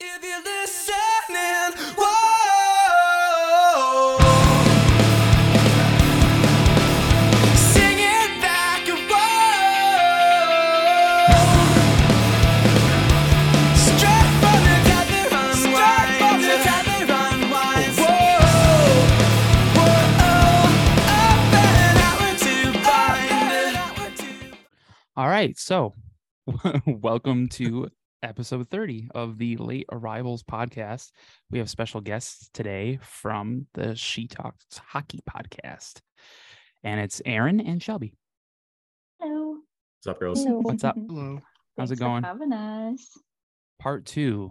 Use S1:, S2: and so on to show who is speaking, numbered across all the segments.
S1: If you're listening, whoa. Sing it back, whoa. Straight from the top of the Straight from the top of the Whoa. Whoa. Up and out to find it.
S2: All right, so welcome to episode 30 of the Late Arrivals podcast. We have special guests today from the She Talks Hockey podcast, and it's Aaron and Shelby.
S3: Hello.
S4: What's up, girls?
S2: What's up? How's it
S3: Thanks
S2: going?
S3: For having us.
S2: Part two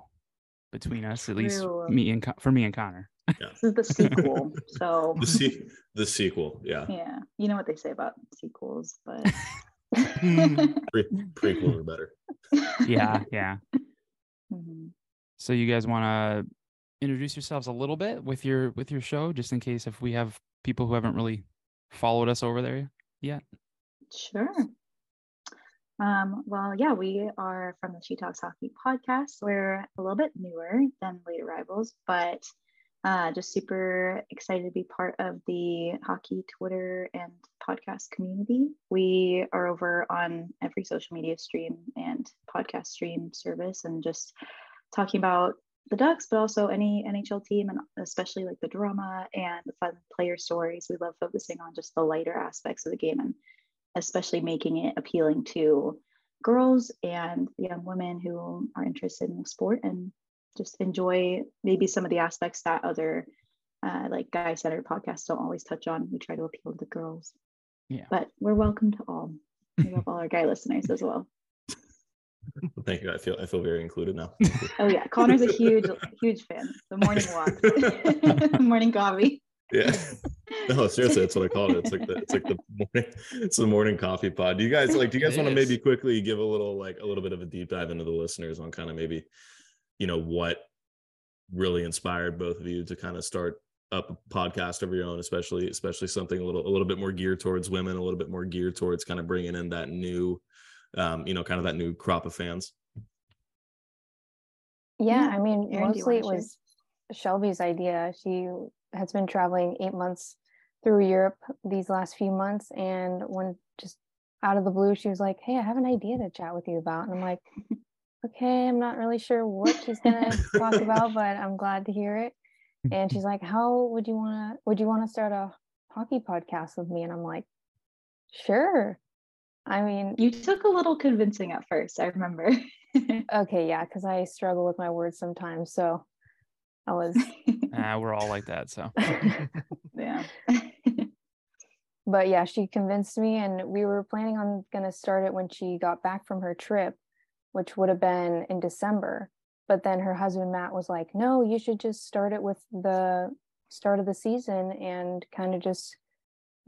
S2: between us, at least
S3: True.
S2: me and Con- for me and Connor.
S3: This is the sequel. so
S4: The, se- the sequel, yeah,
S3: yeah, you know what they say about sequels, but
S4: prequel or better.
S2: Hmm. Yeah, yeah.
S3: Mhm.
S2: So you guys want to introduce yourselves a little bit with your with your show, just in case if we have people who haven't really followed us over there.
S3: Sure. Um, well, yeah, we are from the She Talks Hockey podcast. We're a little bit newer than Late Arrivals, but uh, just super excited to be part of the hockey Twitter and podcast community. We are over on every social media stream and podcast stream service and just talking about the Ducks, but also any NHL team and especially like the drama and the fun player stories. We love focusing on just the lighter aspects of the game and especially making it appealing to girls and young women who are interested in the sport and just enjoy maybe some of the aspects that other uh, like guy centered podcasts don't always touch on. We try to appeal to girls.
S2: Yeah.
S3: But we're welcome to all. We love all our guy listeners as well.
S4: Thank you. I feel I feel very included now.
S3: Oh yeah, Connor's a huge, huge fan. The morning walk, morning coffee.
S4: Yeah. No, seriously, that's what I call it. It's like the it's like the morning it's the morning coffee pod. Do you guys like do you
S2: It
S4: guys want to
S2: is.
S4: maybe quickly give a little like a little bit of a deep dive into the listeners on kind of maybe you know what really inspired both of you to kind of start up a podcast of your own, especially especially something a little a little bit more geared towards women, a little bit more geared towards kind of bringing in that new um, you know, kind of that new crop of fans.
S5: Yeah,
S3: Yeah.
S5: I mean,
S3: Erin, do you
S5: mostly it
S3: wanna share?
S5: was Shelby's idea. She has been traveling eight months through Europe these last few months, and when just out of the blue, she was like, "Hey, I have an idea to chat with you about," and I'm like, "Okay, I'm not really sure what she's gonna talk about, but I'm glad to hear it." And she's like, "How would you wanna? Would you wanna start a hockey podcast with me?" And I'm like, "Sure." I mean,
S3: You took a little convincing at first, I remember.
S5: okay, yeah, because I struggle with my words sometimes, so I was.
S2: Uh, we're all like that, so.
S3: yeah.
S5: but yeah, she convinced me, and we were planning on gonna start it when she got back from her trip, which would have been in December. But then her husband Matt was like, "No, you should just start it with the start of the season and kind of just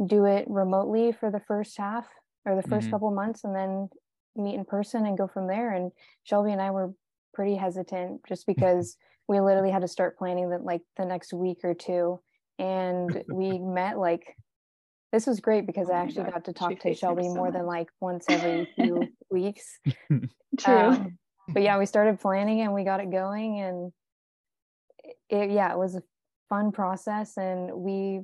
S5: do it remotely for the first half or the 1st
S2: Mhm.
S5: couple months, and then meet in person and go from there." And Shelby and I were pretty hesitant just because we literally had to start planning that like the next week or two, and we met like this was great because
S3: Oh
S5: I
S3: my
S5: actually
S3: God,
S5: got to
S3: she
S5: talk to
S3: hates him
S5: Shelby
S3: so
S5: more than
S3: much.
S5: like once every few weeks.
S3: True.
S5: Um, but yeah, we started planning and we got it going, and it yeah, it was a fun process, and we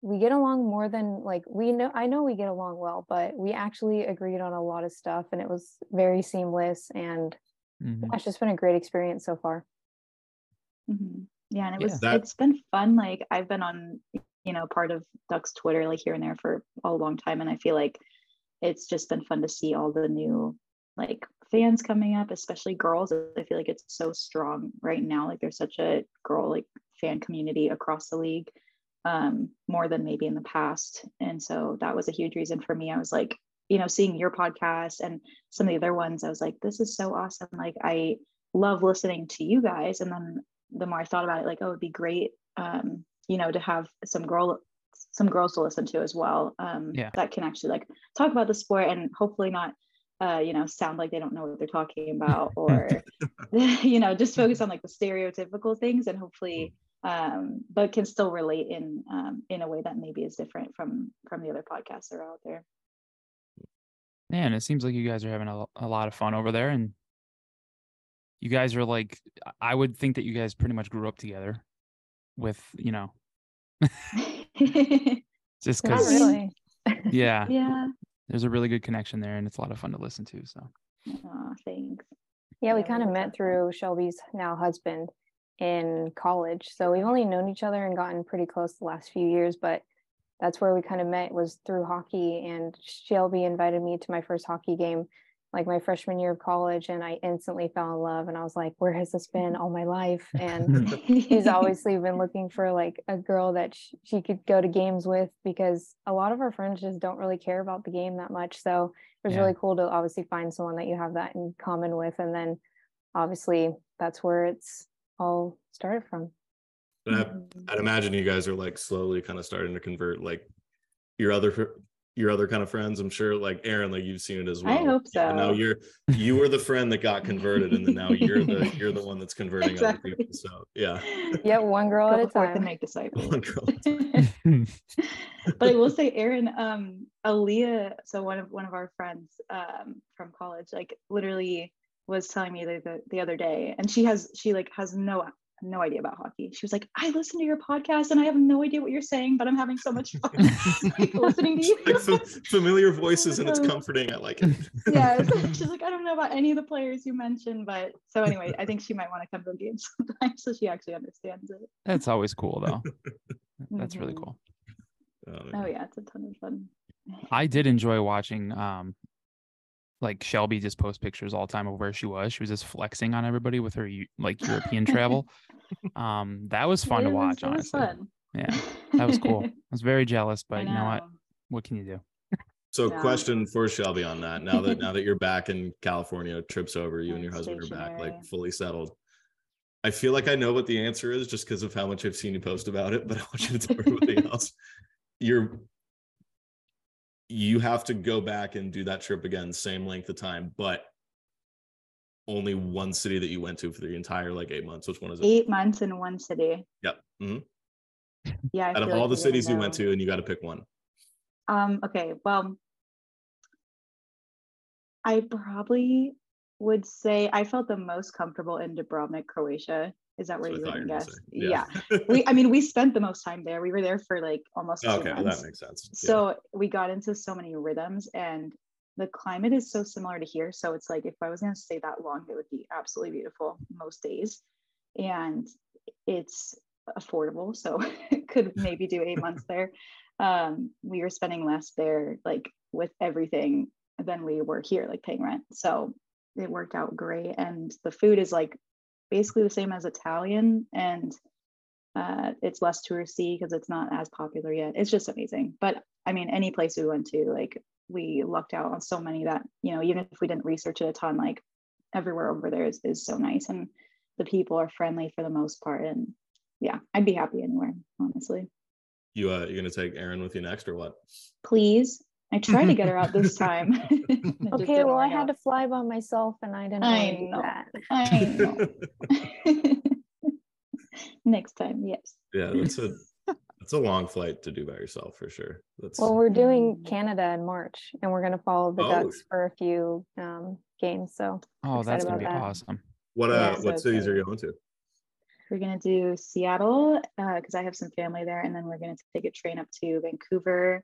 S5: we get along more than like we know. I know we get along well, but we actually agreed on a lot of stuff, and it was very seamless. And
S3: Mm.
S2: Mhm.
S5: it's just been a great experience so far.
S3: Mhm. Yeah, and it
S2: Yeah.
S3: was
S4: That-
S3: it's been fun. Like I've been on, you know, part of Duck's Twitter like here and there for a long time, and I feel like it's just been fun to see all the new like fans coming up, especially girls. I feel like it's so strong right now. Like there's such a girl like fan community across the league, um, more than maybe in the past. And so that was a huge reason for me. I was like, you know, seeing your podcast and some of the other ones, I was like, this is so awesome. Like I love listening to you guys. And then the more I thought about it, like, oh, it'd be great, um, you know, to have some girl, some girls to listen to as well. Um,
S2: Yeah.
S3: that can actually like talk about the sport and hopefully not, uh, you know, sound like they don't know what they're talking about or, you know, just focus on like the stereotypical things and hopefully, um, but can still relate in um, in a way that maybe is different from from the other podcasts that are out there.
S2: Man, it seems like you guys are having a, lo- a lot of fun over there, and you guys are like I would think that you guys pretty much grew up together with, you know, just
S5: Not
S2: cuz
S5: really.
S2: yeah,
S3: yeah.
S2: there's a really good connection there and it's a lot of fun to listen to, so.
S3: Aw, thanks.
S5: Yeah, we
S3: Yeah, we
S5: kind of
S3: were
S5: met
S3: talking.
S5: through Shelby's now husband in college. So we've only known each other and gotten pretty close the last few years, but that's where we kind of met was through hockey. And Shelby invited me to my first hockey game, like my freshman year of college. And I instantly fell in love. And I was like, where has this been all my life? And he's obviously been looking for like a girl that sh- she could go to games with because a lot of our friends just don't really care about the game that much so it was
S2: Yeah.
S5: really cool to obviously find someone that you have that in common with and then obviously that's where it's all started from
S4: But I- I'd imagine you guys are like slowly kind of starting to convert like your other fr- your other kind of friends. I'm sure like Aaron, like you've seen it as
S3: I
S4: well.
S3: hope
S4: Yeah, now
S3: so.
S4: you're you were the friend that got converted, and then now you're the you're the one that's converting
S3: Exactly.
S4: other people. So yeah,
S5: yep one girl
S3: Go
S5: at a
S3: forth and
S5: time
S3: make disciples.
S4: one girl.
S3: but I will say, Aaron, um, Aaliyah, so one of one of our friends um, from college, like literally was telling me the, the the other day, and she has she like has no no idea about hockey. She was like, I listen to your podcast and I have no idea what you're saying, but I'm having so much fun like, listening to you.
S4: Like fa- familiar voices, and it's comforting. I like it.
S3: yeah, she's like, I don't know about any of the players you mentioned, but so anyway, I think she might want to come to a game sometime so she actually understands it.
S2: That's always cool though. That's really
S3: Mhm.
S2: cool.
S4: Um,
S3: Oh yeah, it's a ton of fun.
S2: I did enjoy watching um like Shelby just post pictures all the time of where she was. She was just flexing on everybody with her Eu- like European travel. Um that was fun to
S3: It was-
S2: watch,
S3: it was
S2: honestly.
S3: fun.
S2: Yeah. That was cool. I was very jealous,
S3: I
S2: but you know what?
S3: know.
S2: What can you do?
S4: So,
S3: Yeah.
S4: question for Shelby on that. Now that now that you're back in California, trips over, you and your
S3: I'm
S4: husband are back, like
S3: stationary.
S4: fully settled. I feel like I know what the answer is just because of how much I've seen you post about it, but I want you to tell everybody else. You're you have to go back and do that trip again, same length of time, but only one city that you went to for the entire like eight months. Which one is it?
S3: Eight months in one city.
S4: Yep. Mhm.
S3: Yeah. I
S4: Out of
S3: feel like
S4: all the
S3: I didn't
S4: cities you went
S3: know.
S4: to, and you got to pick one.
S3: Um, okay, well, I probably would say I felt the most comfortable in Dubrovnik, Croatia. Is that where
S4: That's
S3: you
S4: what
S3: were
S4: I
S3: going to
S4: thought
S3: guess?
S4: you were gonna
S3: Yeah. we, I mean, we spent the most time there. We were there for like almost two
S4: okay, well,
S3: months.
S4: that makes sense. Yeah.
S3: so we got into so many rhythms and the climate is so similar to here so it's like if i was going to stay that long it would be absolutely beautiful most days and it's affordable so could maybe do eight months there um, we were spending less there like with everything than we were here like paying rent so it worked out great and the food is like basically the same as italian and uh, it's less touristy because it's not as popular yet it's just amazing but i mean any place we went to like we lucked out on so many that you know even if we didn't research it a ton like everywhere over there is, is so nice and the people are friendly for the most part and yeah i'd be happy anywhere honestly
S4: you uh, you're gonna take Aaron with you next or what?
S3: please i tried to get her out this time It just
S5: okay
S3: didn't
S5: well i
S3: work
S5: had
S3: out.
S5: to fly by myself and i didn't
S3: I
S5: want to do
S3: know.
S5: that
S3: I know. next time yes
S4: yeah, that's a that's a long flight to do by yourself for sure. That's
S5: well we're doing
S3: Mm.
S5: canada in march and we're going to follow the
S4: Oh.
S5: ducks for a few um, games so
S2: Oh, that's
S5: Excited
S2: gonna
S5: about
S2: be
S5: that.
S2: awesome.
S4: what
S3: yeah,
S4: uh
S3: so
S4: what
S3: it's
S4: cities
S3: a-
S4: are you going to?
S3: We're gonna do Seattle because I have some family there, and then we're gonna take a train up to Vancouver,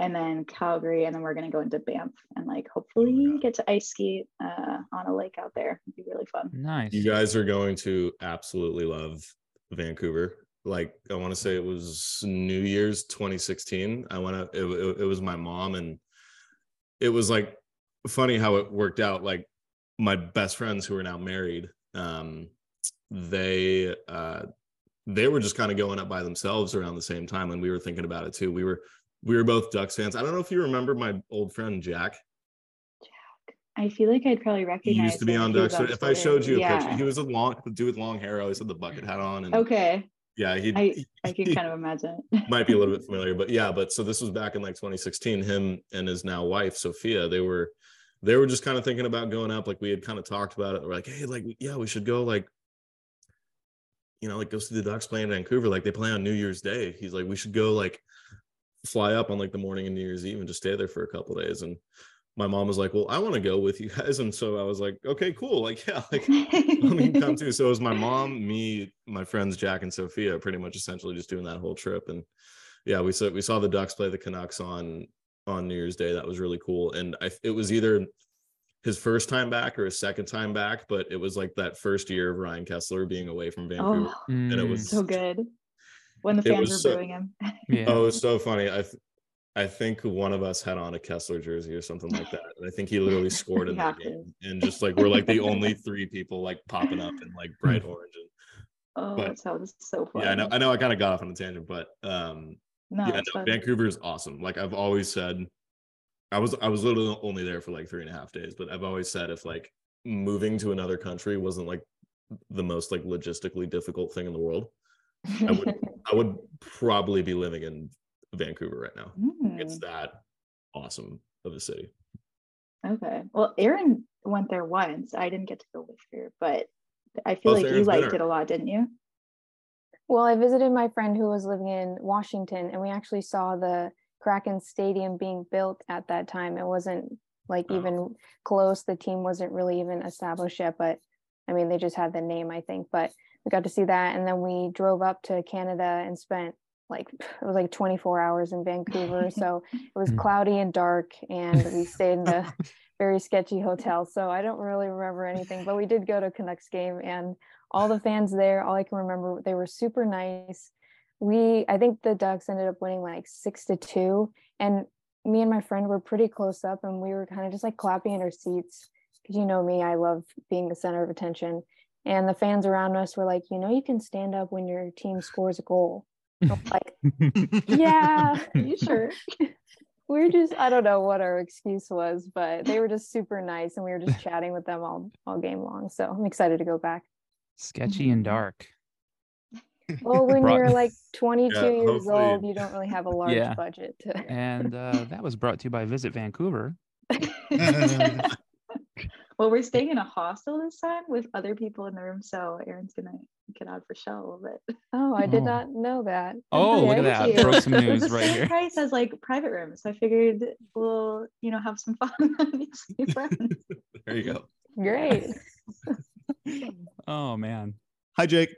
S3: and then Calgary, and then we're gonna go into Banff and like hopefully
S4: God.
S3: get to ice skate uh, on a lake out there. It'd be really fun.
S2: Nice.
S4: You guys are going to absolutely love Vancouver. Like I want to say it was New Year's 2016. I want to. It, it, it was my mom and it was like funny how it worked out. Like my best friends who are now married, um, they uh, they were just kind of going up by themselves around the same time, and we were thinking about it too. We were we were both Ducks fans. I don't know if you remember my old friend Jack.
S3: I feel like I'd probably
S4: He
S3: recognize.
S4: used to be
S3: him
S4: on
S3: he was
S4: Ducks. So if I
S3: Twitter.
S4: showed you a
S3: yeah.
S4: picture, he was a long dude with long hair. Always had the bucket hat on, and
S3: okay,
S4: yeah, he
S3: I I can kind of imagine.
S4: might be a little bit familiar, but yeah. But so this was back in like 2016. Him and his now wife Sophia, they were they were just kind of thinking about going up. Like we had kind of talked about it. We're like, hey, like yeah, we should go. Like you know, like go see the Ducks play in Vancouver. Like they play on New Year's Day. He's like, we should go like fly up on like the morning of New Year's Eve and just stay there for a couple days and. my mom was like, "Well, I want to go with you guys," and so I was like, "Okay, cool, like yeah, like I'm gonna come too." So it was my mom, me, my friends Jack and Sophia, pretty much essentially just doing that whole trip, and yeah, we saw we saw the Ducks play the Canucks on on New Year's Day. That was really cool, and I it was either his first time back or his second time back, but it was like that first year of Ryan Kessler being away from Vancouver.
S3: oh,
S2: and
S4: it was-
S3: so good. When the
S4: It
S3: fans
S4: was
S3: were
S4: so-
S3: booing him.
S2: yeah.
S4: Oh, it's so funny. I th- I think one of us had on a Kessler jersey or something like that. And I think he literally scored in that
S3: Yeah.
S4: game. And just like we're like the only three people like popping up in like bright orange. And,
S3: Oh,
S4: But-
S3: that sounds so fun.
S4: yeah, I know I know I kind of got off on a tangent, but um
S3: No,
S4: yeah,
S3: it's
S4: no,
S3: fun.
S4: Vancouver is awesome. Like I've always said, I was I was literally only there for like three and a half days, but I've always said if like moving to another country wasn't like the most like logistically difficult thing in the world, I would I would probably be living in Vancouver right now. It's
S3: Mm,
S4: that awesome of a city.
S3: okay. Well, Erin went there once. I didn't get to go with her, but I feel
S4: Plus,
S3: like you
S4: Erin's
S3: liked
S4: bitter.
S3: it a lot, didn't you?
S5: Well, I visited my friend who was living in Washington, and we actually saw the Kraken Stadium being built at that time. It wasn't like
S4: Oh.
S5: even close. The team wasn't really even established yet, but I mean, they just had the name, I think. But we got to see that, and then we drove up to Canada and spent like it was like 24 hours in Vancouver. so it was
S2: Mm.
S5: cloudy and dark, and we stayed in the very sketchy hotel. So I don't really remember anything, but we did go to Canucks game and all the fans there, all I can remember, they were super nice. We, I think the Ducks ended up winning like six to two. And me and my friend were pretty close up and we were kind of just like clapping in our seats. Cause you know me, I love being the center of attention. And the fans around us were like, you know, you can stand up when your team scores a goal. And I'm like,
S2: Oh.
S5: yeah
S3: Are you sure?
S5: we were just I don't know what our excuse was, but they were just super nice and we were just chatting with them all all game long. So I'm excited to go back.
S2: Sketchy and dark.
S5: Well, when
S2: Brought-
S5: you're like 22
S4: Yeah,
S5: years
S4: hopefully-
S5: old, you don't really have a large
S2: Yeah.
S5: budget to
S2: And uh, that was brought to you by Visit Vancouver.
S3: well, we're staying in a hostel this time with other people in the room, so Erin's gonna get out for show a little bit.
S5: Oh, I did
S2: Oh.
S5: not know that.
S2: Oh, look at
S5: Okay.
S2: that.
S3: Thank you.
S2: Broke some
S3: It's
S2: news
S3: the
S2: right
S3: same
S2: here.
S3: price as like private rooms, so I figured we'll you know have some fun. with these friends.
S4: There you go.
S5: Great.
S2: Oh, man.
S6: Hi, Jake.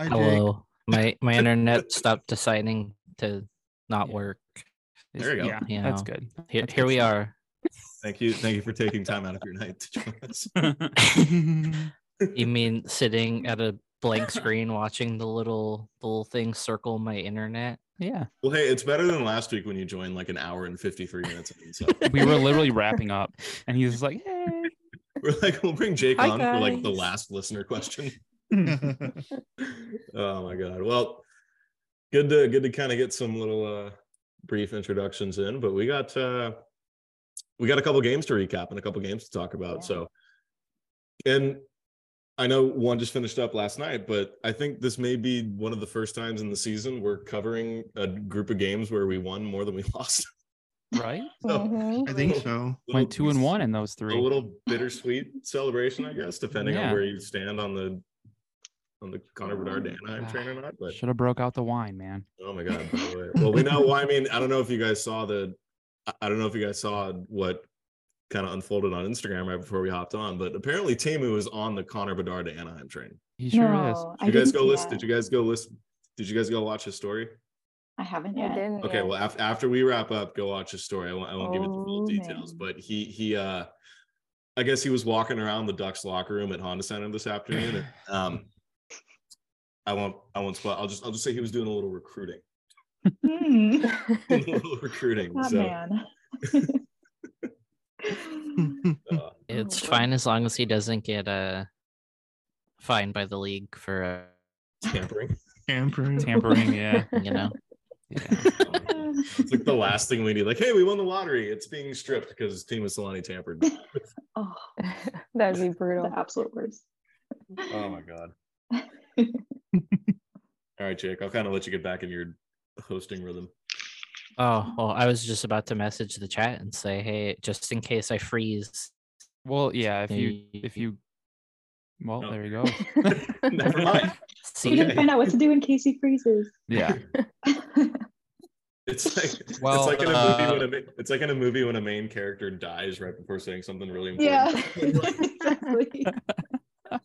S6: Hi,
S7: Hello. My my internet stopped deciding to not
S2: Yeah.
S7: work.
S2: It's-
S4: There you go.
S2: Yeah,
S7: You
S2: that's
S7: know,
S2: good.
S7: Here,
S2: That's
S7: here
S2: good
S7: we
S2: stuff.
S7: are.
S4: Thank you. Thank you for taking time out of your night to join us.
S7: You mean sitting at a blank screen watching the little the little thing circle my internet?
S2: yeah.
S4: Well, hey, it's better than last week when you joined like an hour and 53 minutes. in, so
S2: We were literally wrapping up, and he was like, hey.
S4: we're like, we'll bring Jake
S7: Hi,
S4: on for like the
S7: guys.
S4: last listener question.
S6: Jake.
S4: Oh my god. Well, good to good to kind of get some little uh brief introductions in, but we got uh we got a couple games to recap and a couple games to talk about.
S3: Yeah.
S4: So and I know one just finished up last night, but I think this may be one of the first times in the season we're covering a group of games where we won more than we lost.
S2: Right?
S5: Mhm.
S6: I think so.
S2: Went two and one in those
S4: A
S2: three.
S4: little bittersweet celebration, I guess, depending
S2: Yeah.
S4: on where you stand on the on the Connor Bedard Anaheim train or not. But
S2: Should have broke out the wine, man.
S4: Oh my god! by the way. Well, we know. Well, I mean, I don't know if you guys saw the. I- I don't know if you guys saw what kind of unfolded on Instagram right before we hopped on, but apparently Tamu was on the Connor Bedard to Anaheim train.
S2: He sure is.
S3: no, I
S4: Did you guys
S3: didn't
S4: go
S3: see
S4: listen?
S3: that.
S4: Did you guys go listen? Did you guys go watch his story?
S3: I haven't
S5: I
S3: yet.
S5: didn't.
S4: Okay,
S5: yeah.
S4: well after after we wrap up, go watch his story. I won't, I won't give it the full
S3: Oh,
S4: details,
S3: man.
S4: but he he uh I guess he was walking around the Ducks locker room at Honda Center this afternoon. And, um I won't I won't spoil. I'll just I'll just say he was doing a little recruiting.
S3: Hmm.
S4: Doing a little recruiting.
S3: That
S4: so
S3: man.
S4: uh,
S7: It's
S3: boy.
S7: fine as long as he doesn't get uh fined by the league for
S4: tampering.
S6: Tampering.
S2: Tampering, yeah.
S7: uh, you know.
S2: yeah.
S4: it's like the last thing we need. Like, hey, we won the lottery. It's being stripped because Team Solani tampered.
S3: oh,
S5: That'd be brutal.
S3: the absolute worst.
S4: Oh my god. All right, Jake. I'll kind of let you get back in your hosting rhythm.
S7: Oh well, I was just about to message the chat and say, hey, just in case I freeze.
S2: Well, yeah, if you
S7: maybe
S2: if you well,
S4: No.
S2: there you go.
S4: Never mind.
S3: We
S7: see
S3: didn't find out what to do in case he freezes.
S2: Yeah.
S4: It's like
S7: Well,
S4: it's like in a
S7: uh,
S4: movie when a, ma- it's like in a movie when a main character dies right before saying something really
S5: Yeah.
S4: important.
S3: exactly.
S4: All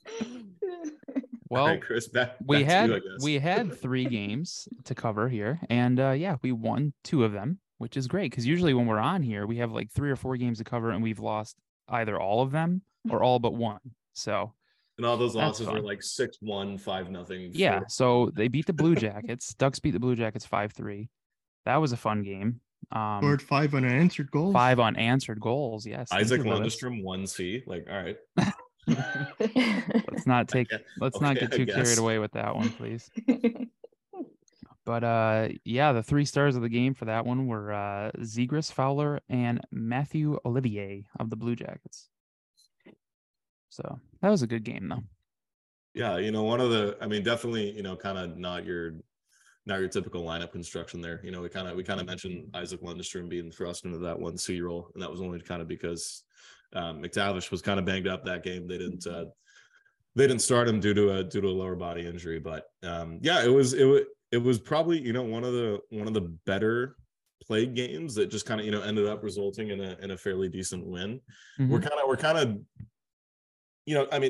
S2: Well,
S4: right, Chris, back,
S2: we
S4: back
S2: had
S4: to you, I guess.
S2: we had three games to cover here, and uh, yeah, we won two of them, which is great because usually when we're on here, we have like three or four games to cover, and we've lost either all of them
S4: Hmm.
S2: or all but one. So
S4: and all those
S2: That's
S4: losses were
S2: fun.
S4: like six one, five nothing.
S2: yeah, so they beat the Blue Jackets. Ducks beat the Blue Jackets five three. That was a fun game. Um,
S6: Scored five unanswered goals.
S2: five unanswered goals. Yes, thank
S4: Isaac
S2: you, Lewis.
S4: Lundstrom one C. Like, all right,
S2: Let's not take.
S4: guess-
S2: Let's not
S4: okay,
S2: get
S4: I
S2: too carried
S4: guess.
S2: away with that one, please. But uh, yeah, the three stars of the game for that one were uh, Zegris Fowler and Matthew Olivier of the Blue Jackets. So that was a good game, though.
S4: yeah, you know, one of the, I mean, definitely, you know, kind of not your, not your typical lineup construction there. You know, we kind of we kind of mentioned Isaac Lundstrom being thrust into that one C role, and that was only kind of because um, McTavish was kind of banged up that game. They didn't uh, they didn't start him due to a due to a lower body injury, but um, yeah, it was it was it was probably you know one of the one of the better play games that just kind of you know ended up resulting in a in a fairly decent win. we're kind of we're kind of you know i mean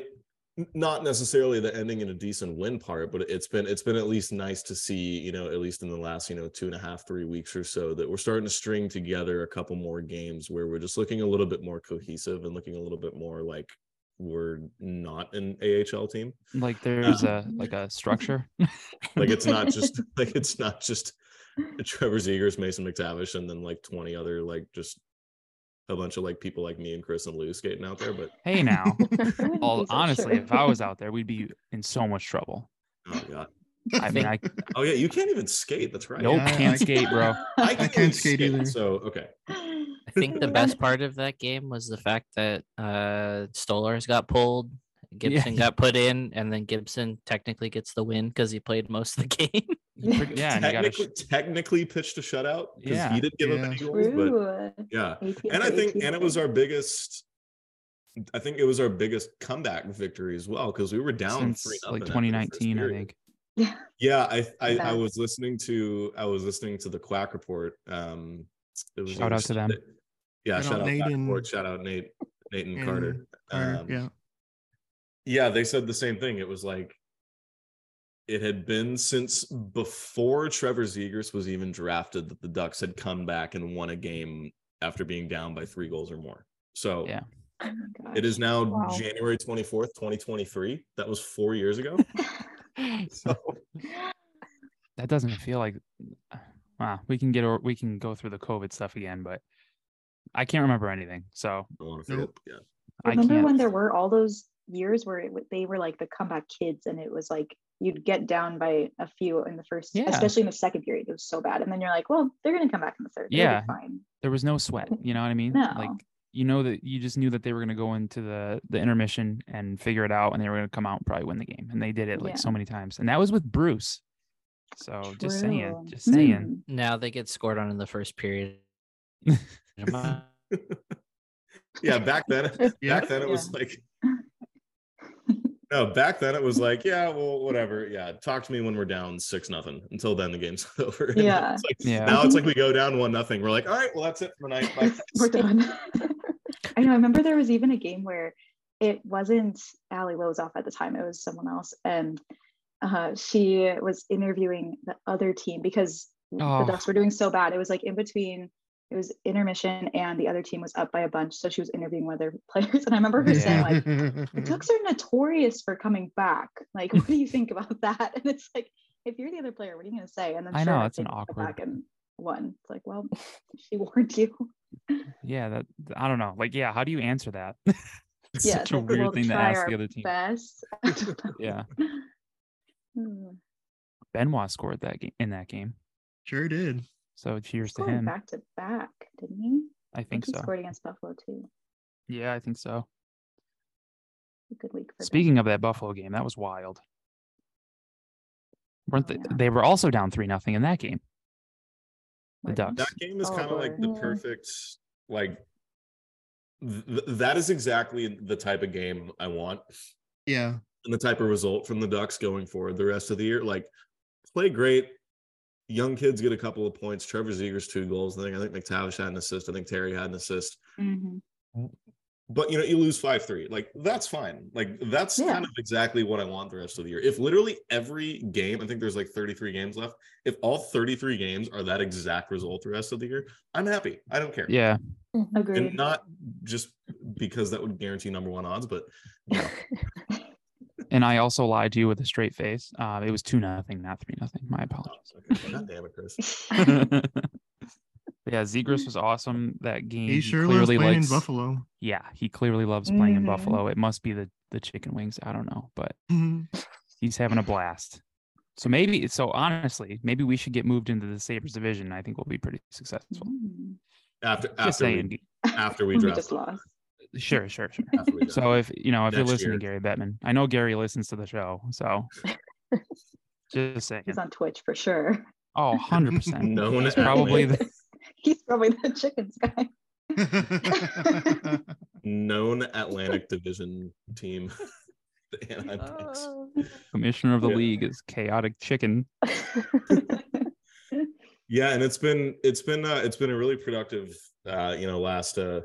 S4: n- not necessarily the ending in a decent win part but it's been it's been at least nice to see you know at least in the last you know two and a half three weeks or so that we're starting to string together a couple more games where we're just looking a little bit more cohesive and looking a little bit more like we're not an ahl team
S2: Like there's a like a structure.
S4: like it's not just like it's not just Trevor Zegers, Mason McTavish, and then like 20 other like just a bunch of like people like me and Chris and Lou skating out there. But
S2: Hey, now,
S5: Well,
S2: well, honestly, if I was out there, we'd be in so much trouble.
S4: oh god.
S2: I mean, I
S4: Oh yeah, you can't even skate. That's right.
S2: nope,
S6: Yeah,
S2: can't
S6: I-
S2: skate, bro.
S4: can
S6: I can't skate either.
S4: So okay,
S7: I think the best part of that game was the fact that uh Stolarz got pulled, Gibson got put in, and then Gibson technically gets the win because he played most of the game.
S2: Yeah, and you gotta.
S4: technically,
S2: sh-
S4: technically pitched a shutout because
S2: Yeah.
S4: he didn't give up
S6: Yeah.
S4: any goals. But
S3: True.
S4: yeah, and I think and it was
S3: Oh,
S4: our biggest. I think it was our biggest comeback victory as well because we were down
S2: Since
S4: three
S2: like
S4: nothing after the first
S2: 2019, I
S4: period.
S2: think.
S3: Yeah.
S4: Yeah, I I, I
S3: Back.
S4: was listening to I was listening to the Quack Report. Um, it was
S2: Shout
S4: either
S2: out to them.
S4: Sunday- Yeah,
S6: Shout
S4: shout,
S6: out
S4: out
S6: Nate
S4: Quack
S6: and-
S4: Report. Shout out Nate, Nate and,
S6: and uh,
S4: Carter.
S6: Or-
S4: Um,
S6: yeah.
S4: yeah, they said the same thing. It was like it had been since before Trevor Zegers was even drafted that the Ducks had come back and won a game after being down by three goals or more. So
S2: Yeah.
S3: Oh my
S4: it is now
S5: Wow.
S4: January 24th, 2023. That was four years ago. so
S2: that doesn't feel like wow we can get or we can go through the covid stuff again but i can't remember anything so
S4: I want to forget.
S6: Nope.
S4: Yeah.
S2: i
S3: Remember
S2: can't
S3: when there were all those years where it, w- they were like the comeback kids, and it was like you'd get down by a few in the first,
S2: Yeah.
S3: especially in the second period, it was so bad. And then you're like, well, they're gonna come back in the third. It'll be
S2: Yeah.
S3: fine.
S2: there was no sweat you know what i mean
S3: No.
S2: like you know that you just knew that they were going to go into the the intermission and figure it out and they were going to come out and probably win the game and they did it like
S3: Yeah.
S2: so many times and that was with bruce so Oh, just saying
S3: True.
S2: just saying
S3: Hmm.
S7: Now they get scored on in the first period.
S3: Hmm.
S4: yeah, back then,
S6: Yeah.
S4: back then it was like
S3: Yeah.
S4: no back then it was like yeah well whatever yeah talk to me when we're down six nothing until then the game's over And
S3: Yeah.
S4: it's like,
S2: Yeah.
S4: now it's like we go down one nothing we're like all right well that's it for the night Bye.
S3: We're done. I know. I remember there was even a game where it wasn't Ali Lozoff at the time; it was someone else, and uh, she was interviewing the other team because
S2: Oh.
S3: the Ducks were doing so bad. It was like in between. It was intermission, and the other team was up by a bunch, so she was interviewing with other players. And I remember her saying, like, the
S2: Mm-hmm.
S3: Ducks are notorious for coming back. Like, what do you think about that? And it's like, if you're the other player, what are you going to say? And then
S2: I
S3: sure
S2: know,
S3: enough,
S2: it's an
S3: they went
S2: awkward-
S3: back and one. It's like, well, she warned you.
S2: yeah that i don't know like yeah how do you answer that it's
S3: Yeah,
S2: such
S3: it's
S2: a
S3: like,
S2: weird
S3: we'll
S2: thing to
S3: try
S2: ask
S3: our
S2: the other team
S3: Best.
S2: yeah
S3: Hmm.
S2: benoit scored that game in that game
S6: Sure did.
S2: so cheers to
S3: Scored
S2: him
S3: back to back, didn't he?
S2: i think
S3: he
S2: so
S3: scored against Buffalo too.
S2: yeah i think so
S3: A good week for them.
S2: Speaking of that Buffalo game, that was wild. Weren't
S3: Oh,
S2: they?
S3: yeah.
S2: They were also down three nothing in that game. the
S3: What-
S2: Ducks.
S4: that game is
S3: Oh,
S4: kind of like the
S5: Lord. Yeah.
S4: perfect like th- th- that is exactly the type of game i want
S6: Yeah.
S4: and the type of result from the Ducks going forward the rest of the year. Like, play great. young kids get a couple of points. Trevor Zegers two goals. I think I think McTavish had an assist. I think Terry had an assist.
S3: Mhm.
S4: But you know, you lose five three. Like that's fine. Like that's
S3: Yeah.
S4: kind of exactly what I want the rest of the year. If literally every game, I think there's like 33 games left. If all 33 games are that exact result the rest of the year, I'm happy. I don't care.
S2: Yeah.
S3: Agreed.
S4: And not just because that would guarantee number one odds, but you know,
S2: And I also lied to you with a straight face. Uh, it was two nothing, not three nothing. My apologies.
S4: God damn it, Chris.
S2: yeah, Zegers was awesome that game.
S6: He sure loves
S2: clearly
S6: playing in
S2: likes-
S6: Buffalo.
S2: Yeah, he clearly loves playing in
S3: Mhm.
S2: Buffalo. It must be the the chicken wings. I don't know, but
S6: Mhm.
S2: he's having a blast. So maybe, so honestly, maybe we should get moved into the Sabres division. I think we'll be pretty successful.
S3: Mm.
S4: After
S2: Just
S4: after we,
S2: saying.
S4: after we
S3: we
S4: draft.
S3: just lost.
S2: Sure, sure, sure.
S4: After we draft.
S2: So if you know, if you're
S4: Next
S2: listening, Gary
S4: year.
S2: Bettman, I know Gary listens to the show. So just saying.
S3: He's on Twitch for sure.
S2: Oh, 100 percent.
S4: No one
S2: He's
S4: at
S2: probably
S4: Wayne.
S2: the
S3: He's probably the chickens guy.
S4: known Atlantic Division team. the Anaheim Ducks.
S2: commissioner of the
S4: Yeah.
S2: league is chaotic chicken.
S4: yeah, and it's been it's been uh, it's been a really productive uh, you know last uh,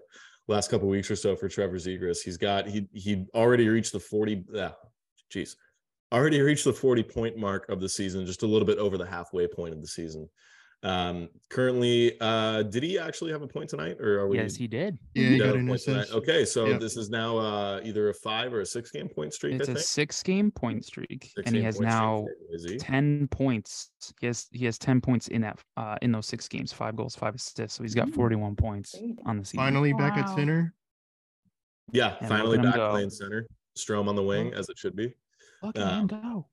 S4: last couple weeks or so for Trevor Zegras. He's got he he already reached the forty. Uh, geez, already reached the forty point mark of the season, just a little bit over the halfway point of the season. Um, currently, uh, did he actually have a point tonight, or are we?
S2: Yes, he did.
S6: yeah, he
S4: did have
S6: got
S4: a
S6: an
S4: point tonight?
S6: assist.
S4: Okay, so
S6: Yeah.
S4: this is now uh, either a five or a six game point streak.
S2: It's
S4: I
S2: a
S4: think.
S2: six-game point streak,
S4: Six
S2: and he
S4: game
S2: has
S4: point streak
S2: now
S4: for Izzy.
S2: ten points. He has he has ten points in that uh, in those six games, five goals, five assists. So he's got
S3: Mm.
S2: forty-one points
S3: Great.
S2: on the season.
S6: Finally back at
S3: Wow.
S6: center.
S4: Yeah,
S2: And
S4: finally
S2: let him
S4: back
S2: go.
S4: playing center. Strom on the wing, as it should be.
S2: Look
S4: uh,
S2: at him go.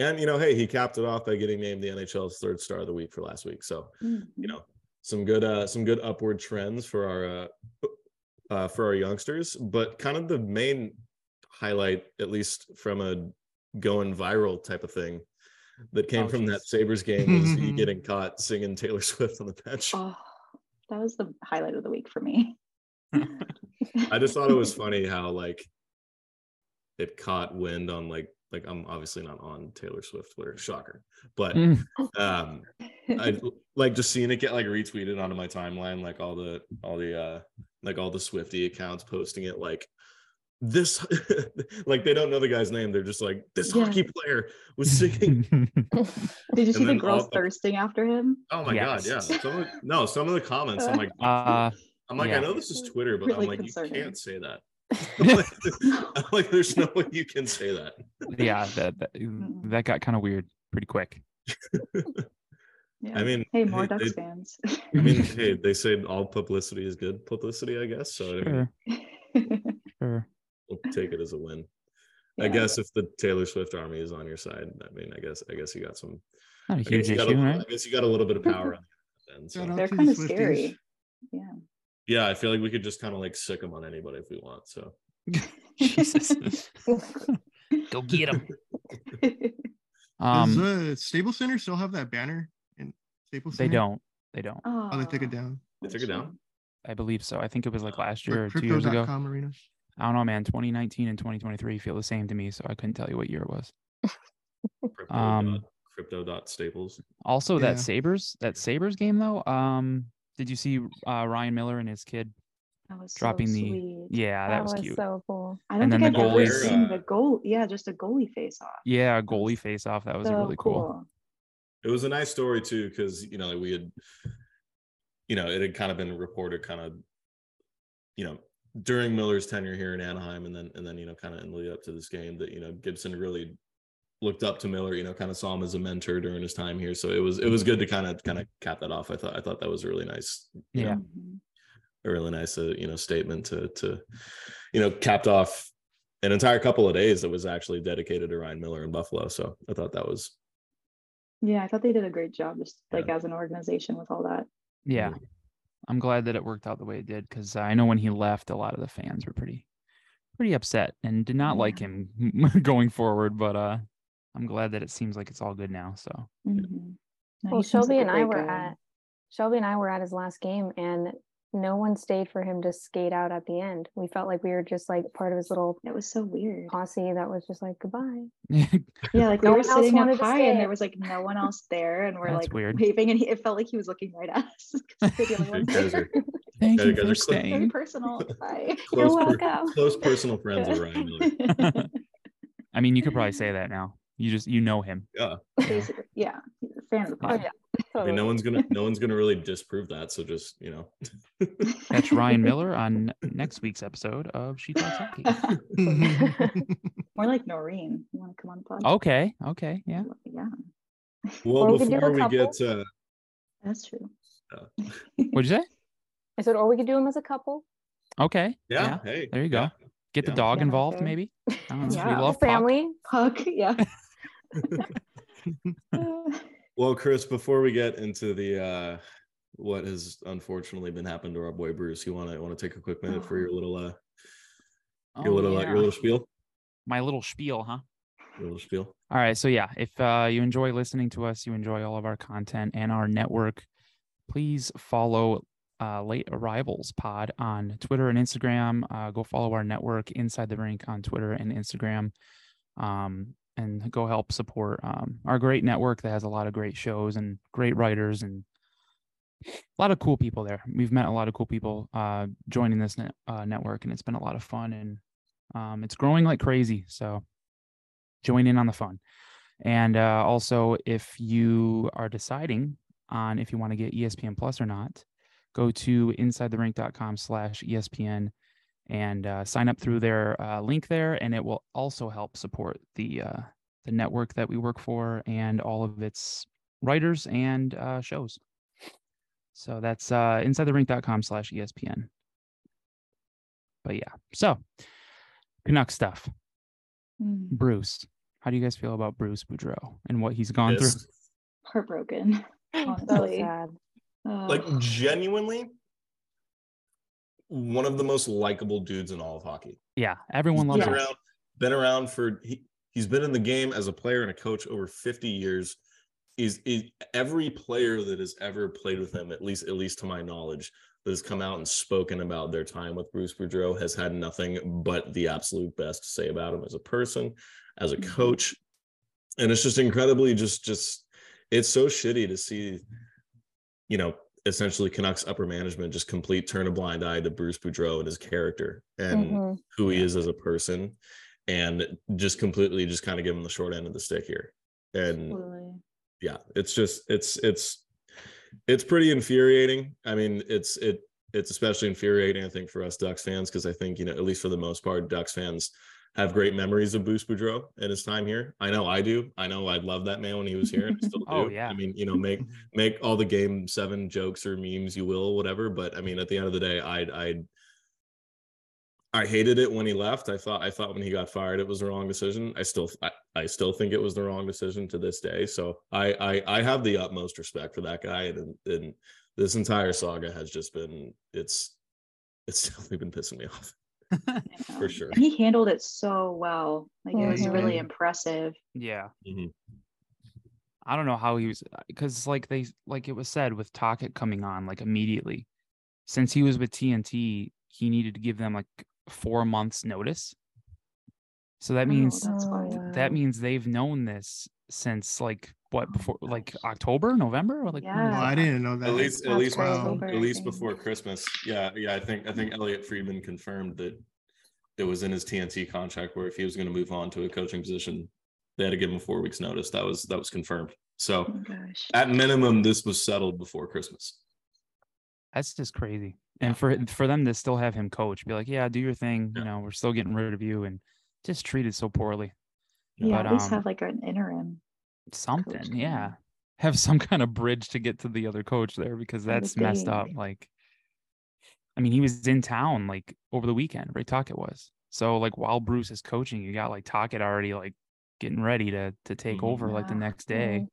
S4: And you know, hey, he capped it off by getting named the NHL's third star of the week for last week. So
S3: Hmm.
S4: you know, some good, uh, some good upward trends for our uh, uh, for our youngsters. But kind of the main highlight, at least from a going viral type of thing, that came
S2: Oh,
S4: from
S2: geez.
S4: that Sabres game was he getting caught singing Taylor Swift on the bench.
S3: Oh, that was the highlight of the week for me.
S4: I just thought it was funny how like it caught wind on like like I'm obviously not on Taylor Swift Twitter, shocker, but
S2: Mm.
S4: um I like just seeing it get like retweeted onto my timeline, like all the all the uh like all the Swifty accounts posting it like this like they don't know the guy's name. They're just like this
S3: Yeah.
S4: hockey player was singing.
S3: Did you see
S4: and
S3: the
S4: then
S3: girls
S4: all-
S3: thirsting after him?
S4: Oh my god, yeah.
S2: Yes.
S4: Some of, no, some of the comments I'm like
S2: uh,
S4: I'm like,
S2: yeah.
S4: I know this is Twitter, but I'm
S3: Really
S4: like,
S3: concerning.
S4: you can't say that. I'm like, I'm like, there's no way you can say that.
S2: yeah, that that, that got kind of weird pretty quick.
S3: Yeah.
S4: I mean,
S3: hey, more
S4: hey,
S3: Ducks
S4: they-
S3: fans.
S4: I mean, hey, they say all publicity is good publicity, I guess. So I mean,
S2: sure, sure.
S4: we'll take it as a win. I
S3: Yeah.
S4: guess if the Taylor Swift army is on your side, I mean, I guess, I guess you got some.
S2: Not a
S4: I guess
S2: huge
S4: you got,
S2: issue,
S4: a,
S2: right?
S4: I guess you got a little bit of power. on the end, so.
S6: Shout out
S3: They're
S6: to the
S3: kind of
S6: Swifties.
S3: scary. Yeah.
S4: Yeah, I feel like we could just kind of like sick them on anybody if we want. So
S2: Jesus, go get him. Um,
S6: Does uh, Stable Center still have that banner? In Staples
S2: they
S6: Center?
S2: don't. They don't.
S3: oh,
S6: Oh, they took it down.
S4: They took it down?
S2: I believe so. I think it was like last
S6: Like
S2: year or two years ago.
S6: Crypto.com arena.
S2: I don't know, man. 2019 and 2023 feel the same to me, so I couldn't tell you what year it was.
S4: crypto.
S2: Um,
S4: dot, crypto dot staples.
S2: Also,
S6: Yeah.
S2: that Sabers, that Sabers game though. Um, did you see uh, Ryan Miller and his kid?
S3: That was so
S2: dropping the-
S3: sweet.
S2: Yeah, that,
S5: that
S2: was,
S5: was
S2: cute.
S5: so cool.
S3: I don't
S2: and then
S3: think I've
S2: the
S3: ever
S4: goalies-
S3: seen the goal. Yeah, just a goalie face off.
S2: Yeah, a goalie face off. That was
S3: so
S2: really cool.
S4: It was a nice story too, because you know we had, you know, it had kind of been reported, kind of, you know, during Miller's tenure here in Anaheim, and then and then you know, kind of in the lead up to this game, that you know Gibson really looked up to Miller, you know, kind of saw him as a mentor during his time here. So it was it was good to kind of kind of cap that off. I thought I thought that was a really nice, you know,
S2: Yeah.
S3: Mhm.
S4: a really nice uh, you know statement to to you know capped off an entire couple of days that was actually dedicated to Ryan Miller in Buffalo. So I thought that was
S3: Yeah, I thought they did a great job, just
S4: Yeah.
S3: like as an organization with all that.
S2: Yeah, I'm glad that it worked out the way it did because I know when he left, a lot of the fans were pretty, pretty upset and did not like him going forward. But uh, I'm glad that it seems like it's all good now. So
S3: Mhm. No,
S5: Well,
S3: he seems like
S5: Shelby
S3: a
S5: and I
S3: great
S5: were
S3: guy.
S5: at Shelby and I were at his last game, and no one stayed for him to skate out at the end. We felt like we were just like part of his little
S3: That was so weird.
S5: posse that was just like goodbye.
S3: Yeah, like we
S5: No
S3: were
S5: one else
S3: sitting up
S5: wanted to
S3: high and
S5: sit.
S3: there was like no one else there, and we're
S2: That's
S3: like
S2: weird.
S3: waving, and he, it felt like he was looking right at us. 'cause we were the only ones
S4: guys
S3: there.
S4: are
S2: Thank
S4: Yeah,
S2: you for
S4: you guys are clear.
S3: Very
S2: staying.
S3: personal. Bye.
S5: You're
S4: close, per-
S5: welcome.
S4: close personal friends with Ryan Miller.
S2: I mean, you could probably say that now. You just you know him.
S3: Basically, yeah, he's a fan of the
S5: Oh
S3: podcast.
S5: yeah.
S4: I mean,
S5: totally.
S4: no one's gonna no one's gonna really disprove that. So just you know,
S2: Catch Ryan Miller on next week's episode of She Talks Hockey. Mm-hmm.
S3: More like Noreen. You want to come on the pod?
S4: Oh,
S2: Okay. Okay. Yeah.
S3: yeah,
S4: well
S5: Or we could do
S4: before
S5: a
S4: we
S5: couple.
S4: get uh,
S3: that's true.
S2: What'd you say?
S5: I said, or we could do him as a couple.
S2: Okay.
S4: yeah, hey,
S2: There you go.
S4: yeah.
S2: Get the
S4: Yeah.
S2: dog
S5: Yeah,
S2: involved,
S5: sure.
S2: maybe. I don't know.
S3: Yeah.
S2: We
S3: Or
S5: Or
S2: love Puck.
S5: family.
S3: Puck, yeah.
S4: Well, Chris, before we get into the uh, what has unfortunately been happened to our boy Bruce, you want to want to take a quick minute for your little uh, your
S2: Oh,
S4: little uh,
S2: yeah.
S4: your little spiel,
S2: My little spiel, huh?
S4: your little spiel.
S2: All right. So yeah, if uh, you enjoy listening to us, you enjoy all of our content and our network, please follow uh, Late Arrivals Pod on Twitter and Instagram. Uh, go follow our network Inside the Rink on Twitter and Instagram, um, and go help support um, our great network that has a lot of great shows and great writers and a lot of cool people there. We've met a lot of cool people uh, joining this net, uh, network, and it's been a lot of fun and um, it's growing like crazy. So join in on the fun. And uh, also, if you are deciding on if you want to get E ESPN Plus or not, go to insidetherink.com slash E ESPN and uh, sign up through their uh, link there. And it will also help support the, uh, the network that we work for and all of its writers and uh, shows. So that's uh, insidetherink.com slash E ESPN. But yeah, so Canuck stuff.
S3: Mm,
S2: Bruce. How do you guys feel about Bruce Boudreau and what he's gone
S4: Yes.
S3: Heartbroken.
S5: So
S3: Honestly. Oh,
S5: sad.
S3: Ugh.
S4: Like genuinely, one of the most likable dudes in all of hockey.
S2: through? Yeah, everyone
S4: He's
S2: loves
S4: been
S2: him.
S4: around, been around for he, he's been in the game as a player and a coach over 50 years is is every player that has ever played with him at least at least to my knowledge that has come out and spoken about their time with Bruce Boudreau has had nothing but the absolute best to say about him as a person as a
S2: Mm-hmm.
S3: Mhm.
S4: coach and it's just incredibly just just it's so shitty to see you know essentially Canucks upper management just complete turn a blind eye to Bruce Boudreau and his character and
S2: Mm-hmm.
S5: Mhm.
S4: who he is as a person and just completely just kind of give him the short end of the stick here and
S3: Absolutely.
S4: yeah it's just it's it's it's pretty infuriating i mean it's it it's especially infuriating i think for us ducks fans because i think you know at least for the most part ducks fans have great memories of Bruce Boudreau and his time here. I know I do. I know I loved that man when he was here. And I still do.
S2: Oh, yeah.
S4: I mean, you know, make make all the game seven jokes or memes you will, whatever. But I mean, at the end of the day, I I I hated it when he left. I thought I thought when he got fired, it was the wrong decision. I still I, I still think it was the wrong decision to this day. So I I, I have the utmost respect for that guy, and and this entire saga has just been it's it's definitely been pissing me off
S3: I know.
S4: for sure.
S3: And Um, he handled it so well. Like it was
S5: Mhm.
S3: really impressive.
S2: Yeah.
S4: Mhm.
S2: I don't know how he was because like they like it was said with Tockett coming on like immediately. Since he was with TNT, he needed to give them like four months notice. So that
S3: Wow,
S2: means
S3: That's why-
S5: Oh,
S2: that
S5: wow.
S2: means they've known this since like what
S3: Oh,
S2: before like
S3: gosh.
S2: October, November? Or, like when was
S6: Well,
S3: Yeah.
S2: that?
S6: I didn't know that.
S4: at least at
S5: That's
S4: least
S5: crazy.
S4: before,
S3: October,
S4: at
S3: I
S4: least
S3: think.
S4: before christmas yeah yeah i think i think elliot friedman confirmed that it was in his tnt contract where if he was going to move on to a coaching position they had to give him four weeks notice that was that was confirmed
S3: Oh
S4: so
S3: my gosh.
S4: at minimum this was settled before christmas
S2: That's just crazy. And for for them to still have him coach, be like, yeah, do your thing. You
S4: Yeah.
S2: know, we're still getting rid of you, and just treated so poorly.
S3: Yeah,
S2: But,
S3: at least
S2: um,
S3: have like an interim.
S2: Something,
S3: Coach,
S2: yeah.
S3: yeah.
S2: Have some kind of bridge to get to the other coach there because
S3: I would
S2: that's messed up.
S3: think.
S2: Like, I mean, he was in town like over the weekend. Ray Tockett was. So like while Bruce is coaching, you got like Tockett already like getting ready to to take
S4: Mhm.
S2: over like the
S3: Yeah.
S2: next day.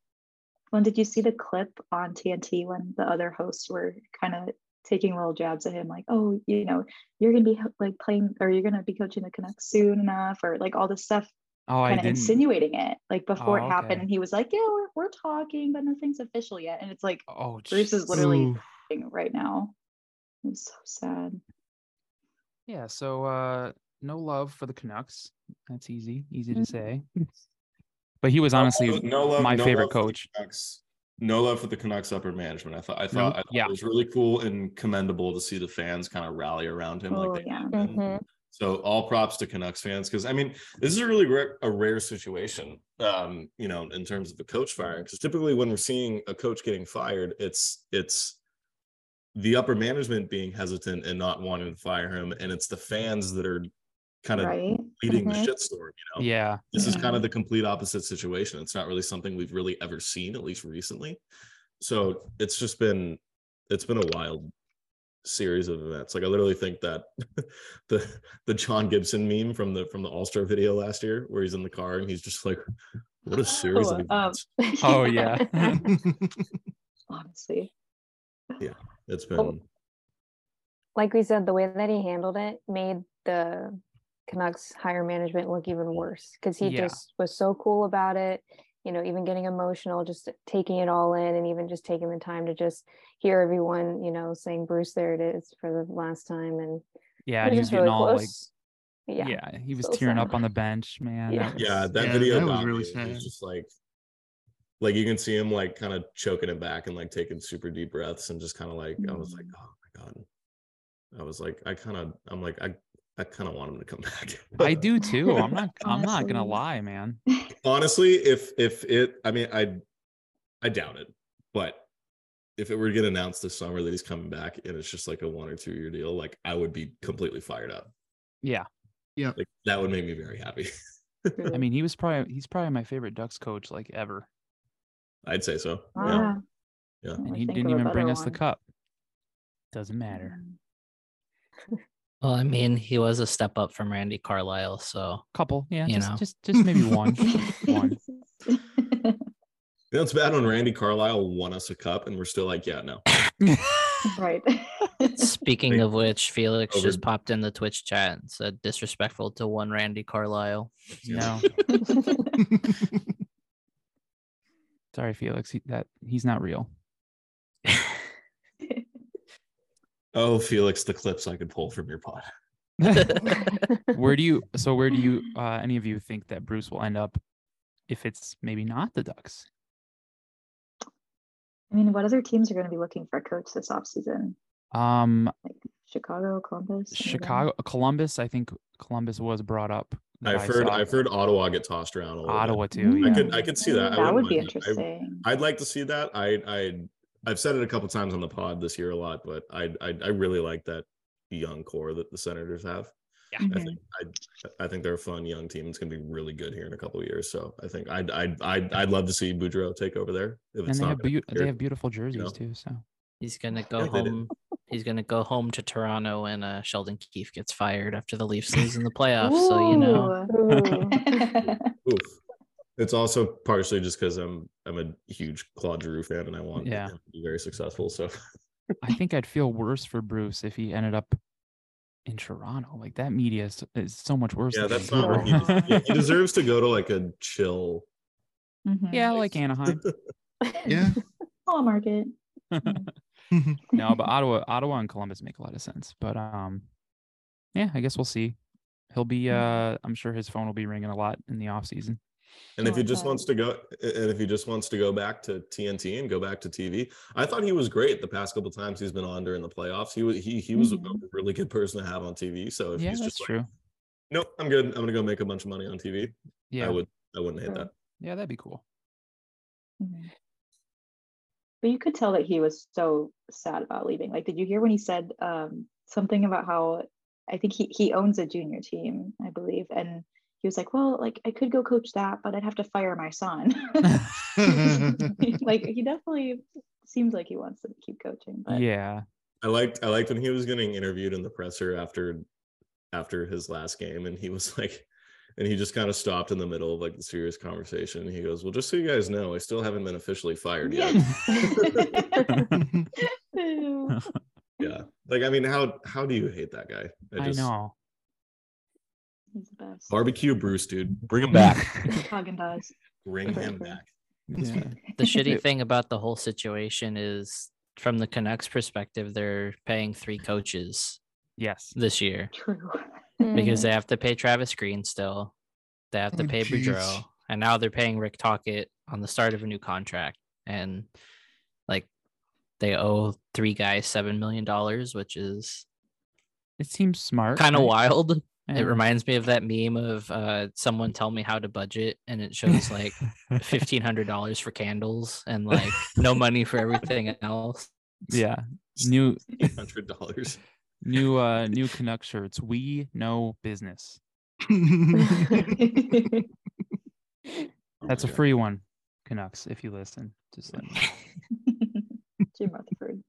S3: When did you see the clip on TNT when the other hosts were kind of taking little jabs at him, like, "Oh, you know, you're gonna be like playing, or you're gonna be coaching the Canucks soon enough," or like all this stuff,
S2: Oh, I
S3: kind of
S2: didn't.
S3: insinuating it, like before
S2: Oh,
S3: it happened,
S2: okay.
S3: and he was like, "Yeah, we're, we're talking, but nothing's official yet," and it's like
S2: oh,
S3: Bruce is
S2: jeez.
S3: literally
S6: Ooh.
S3: thing right now. It was so sad.
S2: Yeah, so uh no love for the Canucks. That's easy, easy to
S3: Mm.
S2: say. But he was honestly my favorite
S4: for the
S2: coach.
S4: Canucks. No love for the Canucks upper management. I thought I thought, I thought
S2: Yeah.
S4: it was really cool and commendable to see the fans kind of rally around him
S3: Oh,
S4: like they
S3: yeah.
S4: have been.
S5: Mm-hmm.
S4: So all props to Canucks fans because I mean this is a really rare, a rare situation, um, you know, in terms of a coach firing. Because typically when we're seeing a coach getting fired, it's it's the upper management being hesitant and not wanting to fire him, and it's the fans that are kind of
S3: Right?
S4: leading
S5: Mhm.
S4: the shitstorm. You know,
S2: Yeah.
S4: this is
S3: Yeah.
S4: kind of the complete opposite situation. It's not really something we've really ever seen, at least recently. So it's just been it's been a wild series of events. Like I literally think that the the John Gibson meme from the from the All Star video last year, where he's in the car and he's just like, "What a series
S3: Oh,
S4: of events."
S2: Oh yeah.
S3: Honestly.
S4: it's been
S5: like we said, the way that he handled it made the Canucks higher management look even worse because he
S2: Yeah.
S5: just was so cool about it. You know, even getting emotional, just taking it all in, and even just taking the time to just hear everyone, you know, saying "Bruce, there it is" for the last time, and
S2: yeah,
S5: it
S2: he was
S5: just
S2: getting all
S5: like,
S2: like
S5: yeah,
S2: yeah. he was
S5: so
S2: tearing
S5: sad.
S2: up on the bench, man.
S5: Yeah.
S2: that
S4: yeah.
S2: was-
S4: That
S6: Yeah,
S4: video
S6: that was
S4: got
S6: really
S4: me. It was
S6: sad.
S4: just like like you can see him like kind of choking it back and like taking super deep breaths and just kind of like I was
S6: Mm.
S4: like, oh my god. I was like, I kind of, I'm like, I, I kind of want him to come back.
S2: I do too. I'm not I'm not gonna
S3: Honestly.
S2: lie, man.
S4: honestly if if it i mean i i doubt it but if it were to get announced this summer that he's coming back and it's just like a one or two year deal like i would be completely fired up
S2: Yeah.
S4: like that would make me very happy
S2: I mean he was probably he's probably my favorite Ducks coach like ever.
S4: i'd say so
S3: Ah,
S4: yeah. Yeah.
S3: I
S2: And he
S3: think
S2: didn't
S3: of a
S2: even bring
S3: better
S2: us the
S3: one.
S2: cup. Doesn't matter.
S3: Mm.
S7: Well, I mean, he was a step up from Randy Carlisle, so
S2: Couple, yeah.
S7: You
S2: just,
S7: know.
S2: just just maybe one. one.
S4: you know it's bad when randy carlisle won us a cup and we're still like yeah no
S3: right.
S7: Speaking
S4: Right.
S7: of which, Felix
S4: Over-
S7: just popped in the Twitch chat and said disrespectful to one Randy Carlisle.
S2: no. Sorry, Felix. He, that he's not real.
S4: oh felix the clips i could pull from your pod
S2: where do you so where do you uh any of you think that bruce will end up if it's maybe not the ducks
S3: I mean, what other teams are going to be looking for a coach this offseason?
S2: um
S3: Chicago, Columbus? maybe?
S2: chicago columbus i think columbus was brought up that
S4: i've
S2: I
S4: heard
S2: saw.
S4: i've heard ottawa get tossed around a little bit.
S2: ottawa too
S4: i
S2: yeah
S4: could i could see that I
S3: That
S4: wouldn't
S3: would be
S4: mind that. I-
S3: interesting.
S4: I'd like to see that. I I I've said it a couple times on the pod this year a lot, but I I, I really like that young core that the Senators have. I
S2: Mm-hmm.
S3: Mhm.
S4: think I I think they're a fun young team. It's going to be really good here in a couple of years. So I think I'd I'd I'd, I'd love to see Boudreaux take over there. If
S2: and
S4: it's
S2: they
S4: not
S2: have,
S4: gonna
S2: beau-
S4: be here.
S2: they have beautiful jerseys
S4: know.
S2: too so
S7: He's gonna go
S4: Yeah, they did.
S7: home. He's gonna go home to Toronto when uh, Sheldon Keefe gets fired after the Leafs lose in the playoffs. So you know,
S5: Ooh.
S4: Oof. It's also partially just because I'm I'm a huge Claude Giroux fan and I want
S2: Yeah.
S4: him to be very successful. So
S2: i think i'd feel worse for bruce if he ended up in toronto like that media is, is so much worse
S4: yeah,
S2: than
S4: that's not
S2: Vancouver.
S4: what he, yeah, he deserves to go to like a chill.
S3: Mhm.
S2: yeah like anaheim
S6: yeah.
S3: Small market.
S2: no, but Ottawa, Ottawa and Columbus make a lot of sense. But um, yeah, I guess we'll see. He'll be. Uh, I'm sure his phone will be ringing a lot in the off season.
S4: And if
S3: Oh,
S4: he just
S3: okay.
S4: wants to go, and if he just wants to go back to TNT and go back to TV, I thought he was great the past couple times he's been on during the playoffs. He was he he was a
S3: Mhm.
S4: really good person to have on TV. So if
S2: Yeah,
S4: he's
S2: that's
S4: just like,
S2: true.
S4: nope, I'm good. I'm gonna go make a bunch of money on TV.
S2: Yeah,
S4: I would I wouldn't hate
S5: True.
S4: that.
S2: yeah, that'd be cool.
S3: Mhm. But you could tell that he was so sad about leaving. Like, did you hear when he said um, something about how I think he, he owns a junior team, I believe, and he was like, "Well, like I could go coach that, but I'd have to fire my son." like he definitely seems like he wants to keep coaching. But
S2: yeah,
S4: I liked I liked when he was getting interviewed in the presser after after his last game, and he was like, and he just kind of stopped in the middle of like the serious conversation. And he goes, "Well, just so you guys know, I still haven't been officially fired yet."
S3: Ew.
S4: yeah, like I mean, how how do you hate that guy?
S2: I know.
S3: He's the best.
S4: Barbecue Bruce, dude. Bring him
S3: Hagen does.
S4: Bring him back.
S2: Yeah.
S7: the shitty thing about the whole situation is from the Canucks perspective, they're paying three coaches
S2: Yes.
S7: this year
S3: True.
S7: because they have to pay Travis Green still. They have to
S6: Mm-hmm. Oh,
S7: pay
S6: jeez.
S7: Boudreaux, and now they're paying Rick Tockett on the start of a new contract. And like they owe three guys seven million dollars, which is
S2: It seems smart.
S7: kind of
S2: right?
S7: wild.
S2: Yeah.
S7: It reminds me of that meme of uh, someone tell me how to budget, and it shows like fifteen hundred dollars for candles and like no money for everything else.
S2: yeah. New
S4: hundred dollars.
S2: new uh new Canuck shirts. We know business.
S4: Oh
S2: That's a free one, Canucks, if you listen. Just let me know.
S3: Jim Rutherford.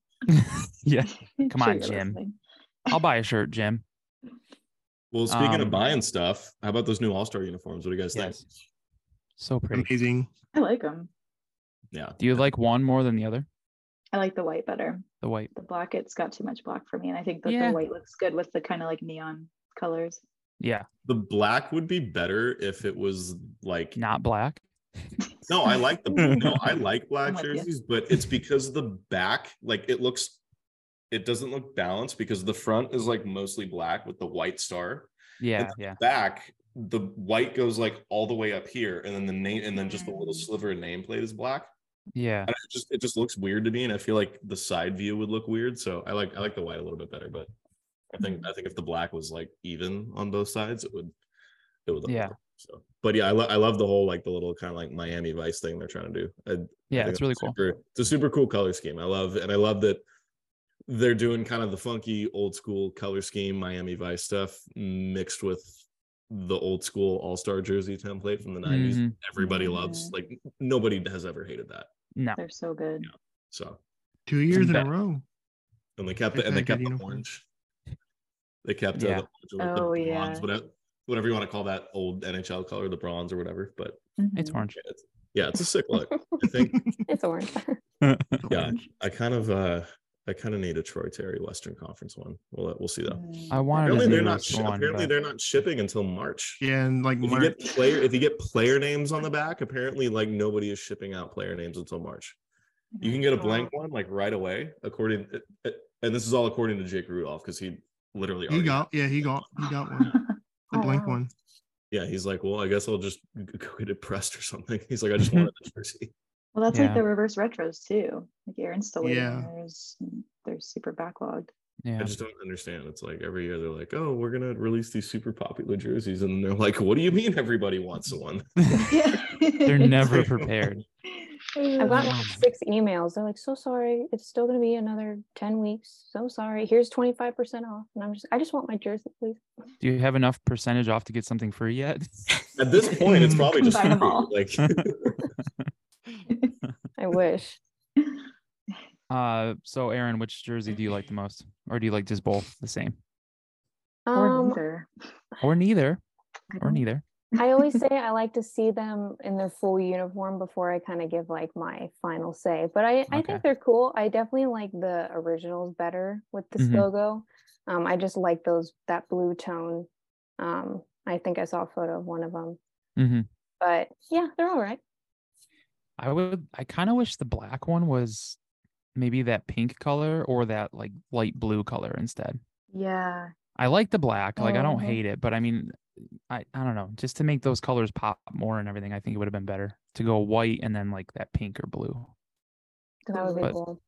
S2: Yeah.
S3: I'm
S2: Come
S3: sure
S2: on,
S3: you're
S2: Jim.
S3: listening.
S2: I'll buy a shirt, Jim.
S4: Well, speaking
S2: Um,
S4: of buying stuff, how about those new All Star uniforms? What do you guys think?
S2: So pretty.
S6: Amazing.
S3: I like them.
S4: Yeah,
S2: Do you like one more than the other?
S3: I like the white better.
S2: The white.
S3: The black, it's got too much black for me. And I think that
S2: Yeah.
S3: the white looks good with the kind of like neon colors.
S2: Yeah.
S4: the black would be better if it was like
S2: Not black.
S4: No, I like the no, I like
S3: I'm
S4: black
S3: with you.
S4: jerseys, but it's because the back, like it looks, it doesn't look balanced because the front is like mostly black with the white star.
S2: Yeah.
S4: It's-
S2: Yeah.
S4: Back, the white goes like all the way up here, and then the name, and then just a little
S3: Mm.
S4: sliver of nameplate is black.
S2: Yeah.
S4: And it just it just looks weird to me, and I feel like the side view would look weird. So I like I like the white a little bit better, but I think I think if the black was like even on both sides, it would it would look
S2: Yeah.
S4: better. So, but yeah, I, lo- I love the whole like the little kind of like Miami Vice thing they're trying to do. I, I
S2: Yeah.
S4: think
S2: It's really
S4: a
S2: cool.
S4: super- it's a super cool color scheme. I love, and I love that they're doing kind of the funky old school color scheme, Miami Vice stuff, mixed with the old school All Star jersey template from the 90s.
S2: Mhm.
S6: Mm-hmm.
S4: Everybody loves. Like nobody has ever hated that.
S2: No.
S3: They're so good.
S4: Yeah. So
S6: Two years in
S2: bad.
S6: a row.
S4: and they kept
S6: They're
S4: the, and they kept
S6: kinda good
S4: the
S6: uniforms.
S4: orange. They kept uh,
S2: Yeah.
S4: the orange,
S3: Oh,
S4: or the bronze,
S3: yeah.
S4: whatever whatever you want to call that old NHL color, the bronze or whatever. But
S2: It's
S3: Mhm.
S2: orange.
S4: yeah, it's, yeah, it's a sick look. I think
S5: Mm-hmm. it's orange.
S4: Yeah. I kind of uh I kind of need a Troy Terry Western Conference one. We'll uh, we'll see though.
S3: Mm.
S2: I wanted
S4: Apparently
S2: to
S4: they're
S2: do
S4: not
S2: this
S4: shi-
S2: one,
S4: apparently
S2: but-
S4: they're not shipping until March.
S6: Yeah, and like
S4: If you
S6: Mark,
S4: get player if you get player names on the back, apparently like nobody is shipping out player names until March. You can get
S3: Oh,
S4: a blank one like right away, according and this is all according to Jake Rudolph because he literally
S6: he
S4: already-
S6: got yeah, he got he got one. The
S3: Oh,
S6: blank
S3: wow.
S6: one.
S4: yeah he's like well I guess I'll just g- go get it pressed or something. He's like I just wanted the jersey.
S3: Well, that's
S2: Yeah.
S3: like the reverse retros too. Like Aaron's still waiting.
S6: Yeah.
S3: There's, they're super backlogged.
S2: Yeah.
S4: I just don't understand. It's like every year they're like oh we're gonna release these super popular jerseys and they're like what do you mean everybody wants one?
S2: they're never prepared.
S5: I got
S3: Yeah.
S5: like six emails. They're like, so sorry. It's still going to be another 10 weeks. So sorry. Here's 25% off. And I'm just, I just want my jersey, please.
S2: Do you have enough percentage off to get something free yet?
S4: At this point, it's probably just
S3: Buy 'em
S4: free,
S3: all.
S4: like
S5: I wish.
S2: Uh, so Aaron, which jersey do you like the most, or do you like just both the same,
S3: Or
S5: Um,
S3: neither.
S2: or neither,
S3: I
S2: or
S3: don't-
S2: neither?
S5: I always say I like to see them in their full uniform before I kind of give like my final say. But I, I
S2: Okay.
S5: think they're cool. I definitely like the originals better with this
S2: Mhm.
S5: logo. Um, I just like those that blue tone. Um, I think I saw a photo of one of them.
S2: Mm-hmm.
S5: But yeah, they're all right.
S2: I would. I kind of wish the black one was maybe that pink color or that like light blue color instead.
S3: Yeah.
S2: I like the black. Like I don't
S5: Mhm.
S2: hate it, but I mean, I I don't know. Just to make those colors pop more and everything, I think it would have been better to go white and then like that pink or blue.
S5: That would be
S2: But-
S5: cool.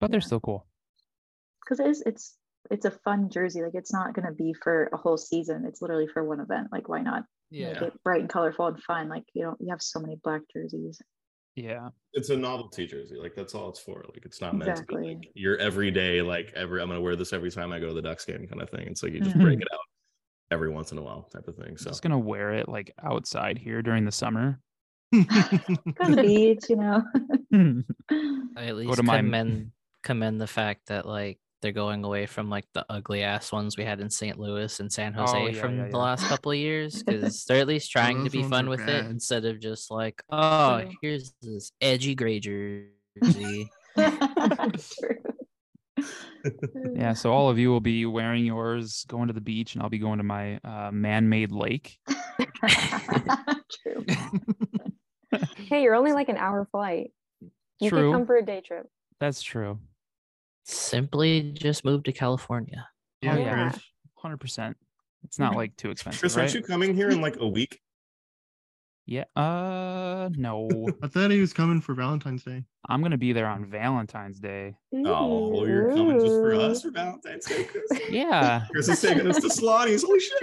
S2: But they're
S3: Yeah.
S2: still cool.
S3: Because it is, it's, it's a fun jersey. Like it's not going to be for a whole season. It's literally for one event. Like why not make
S4: Yeah.
S3: it bright and colorful and fun? Like you don't, you have so many black jerseys.
S2: Yeah.
S4: it's a novelty jersey. Like that's all it's for. Like it's not meant to
S3: Exactly.
S4: be like your everyday. Like every I'm gonna wear this every time I go to the Ducks game kind of thing. It's like you just
S2: Mhm.
S3: Mm-hmm.
S4: break it out every once in a while type of thing.
S2: So.
S4: So
S2: Just gonna wear it like outside here during the summer.
S3: Go to the beach, you know.
S7: I at least
S2: to my-
S7: commend commend the fact that like they're going away from like the ugly ass ones we had in St. Louis and San Jose
S2: yeah,
S7: from
S2: yeah,
S7: the
S2: yeah.
S7: last couple of years because they're at least trying to
S6: those
S7: be
S6: ones
S7: fun
S6: were
S7: with it
S6: bad.
S7: instead of just like oh
S3: True.
S7: here's this edgy gray jersey.
S3: True.
S2: Yeah, so all of you will be wearing yours, going to the beach, and I'll be going to my uh, man-made lake.
S3: True.
S5: Hey, you're only like an hour flight. You could
S2: True.
S5: come for a day trip.
S2: That's true.
S7: Simply just move to California.
S2: Yeah,
S5: Oh,
S2: yeah,
S5: yeah.
S2: hundred percent. It's not
S3: Mhm.
S2: like too expensive,
S4: Chris,
S2: right?
S4: aren't you coming here in like a week?
S2: Yeah. Uh, no,
S6: I thought he was coming for Valentine's Day.
S2: I'm gonna be there on Valentine's Day.
S4: Oh, well, you're coming just for us
S5: Ooh.
S4: for Valentine's Day, Chris.
S2: Yeah,
S4: Chris is taking us to Solani's. Holy shit.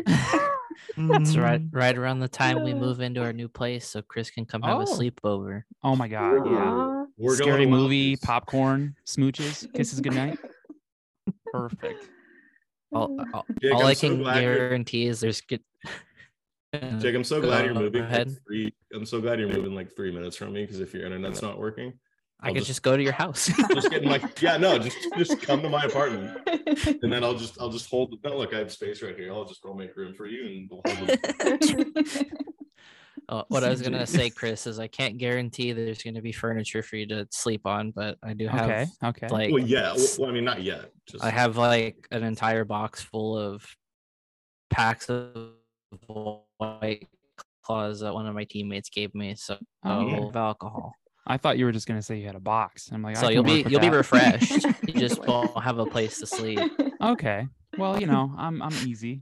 S7: It's right
S6: Mhm.
S7: right around the time we
S5: Yeah.
S7: move into our new place, so Chris can come have a
S2: Oh.
S7: sleepover.
S2: Oh my god, yeah.
S5: Aw.
S4: We're
S2: Scary
S4: to Wilders.
S2: movie, popcorn, smooches, kisses goodnight. Perfect.
S7: All, all,
S4: Jake,
S7: all
S4: I'm
S7: I
S4: so
S7: can
S4: glad you're-
S7: guarantee is there's good.
S4: Jake, I'm so glad you're
S7: Go
S4: moving.
S7: ahead.
S4: Like three, I'm so glad you're moving like three minutes from me because if your internet's not working,
S7: I
S4: I'll
S7: could
S4: just-
S7: just, go to your house.
S4: just getting like, yeah, no, just just come to my apartment. And then I'll just I'll just hold. No, look, I have space right here. I'll just go make room for you, and we'll hold the-
S7: Uh, what I was gonna say, Chris, is I can't guarantee that there's gonna be furniture for you to sleep on, but I do have
S2: Okay. Okay.
S7: like
S4: Well, yeah. Well, well, I mean, not yet. Just
S7: I have like an entire box full of packs of white claws that one of my teammates gave me, so
S2: Oh, okay.
S7: of alcohol.
S2: I thought you were just gonna say you had a box. I'm like, I
S7: so
S2: can
S7: you'll
S2: work
S7: be
S2: with
S7: you'll be
S2: that.
S7: refreshed. you just won't have a place to sleep.
S2: okay. Well, you know, I'm I'm easy.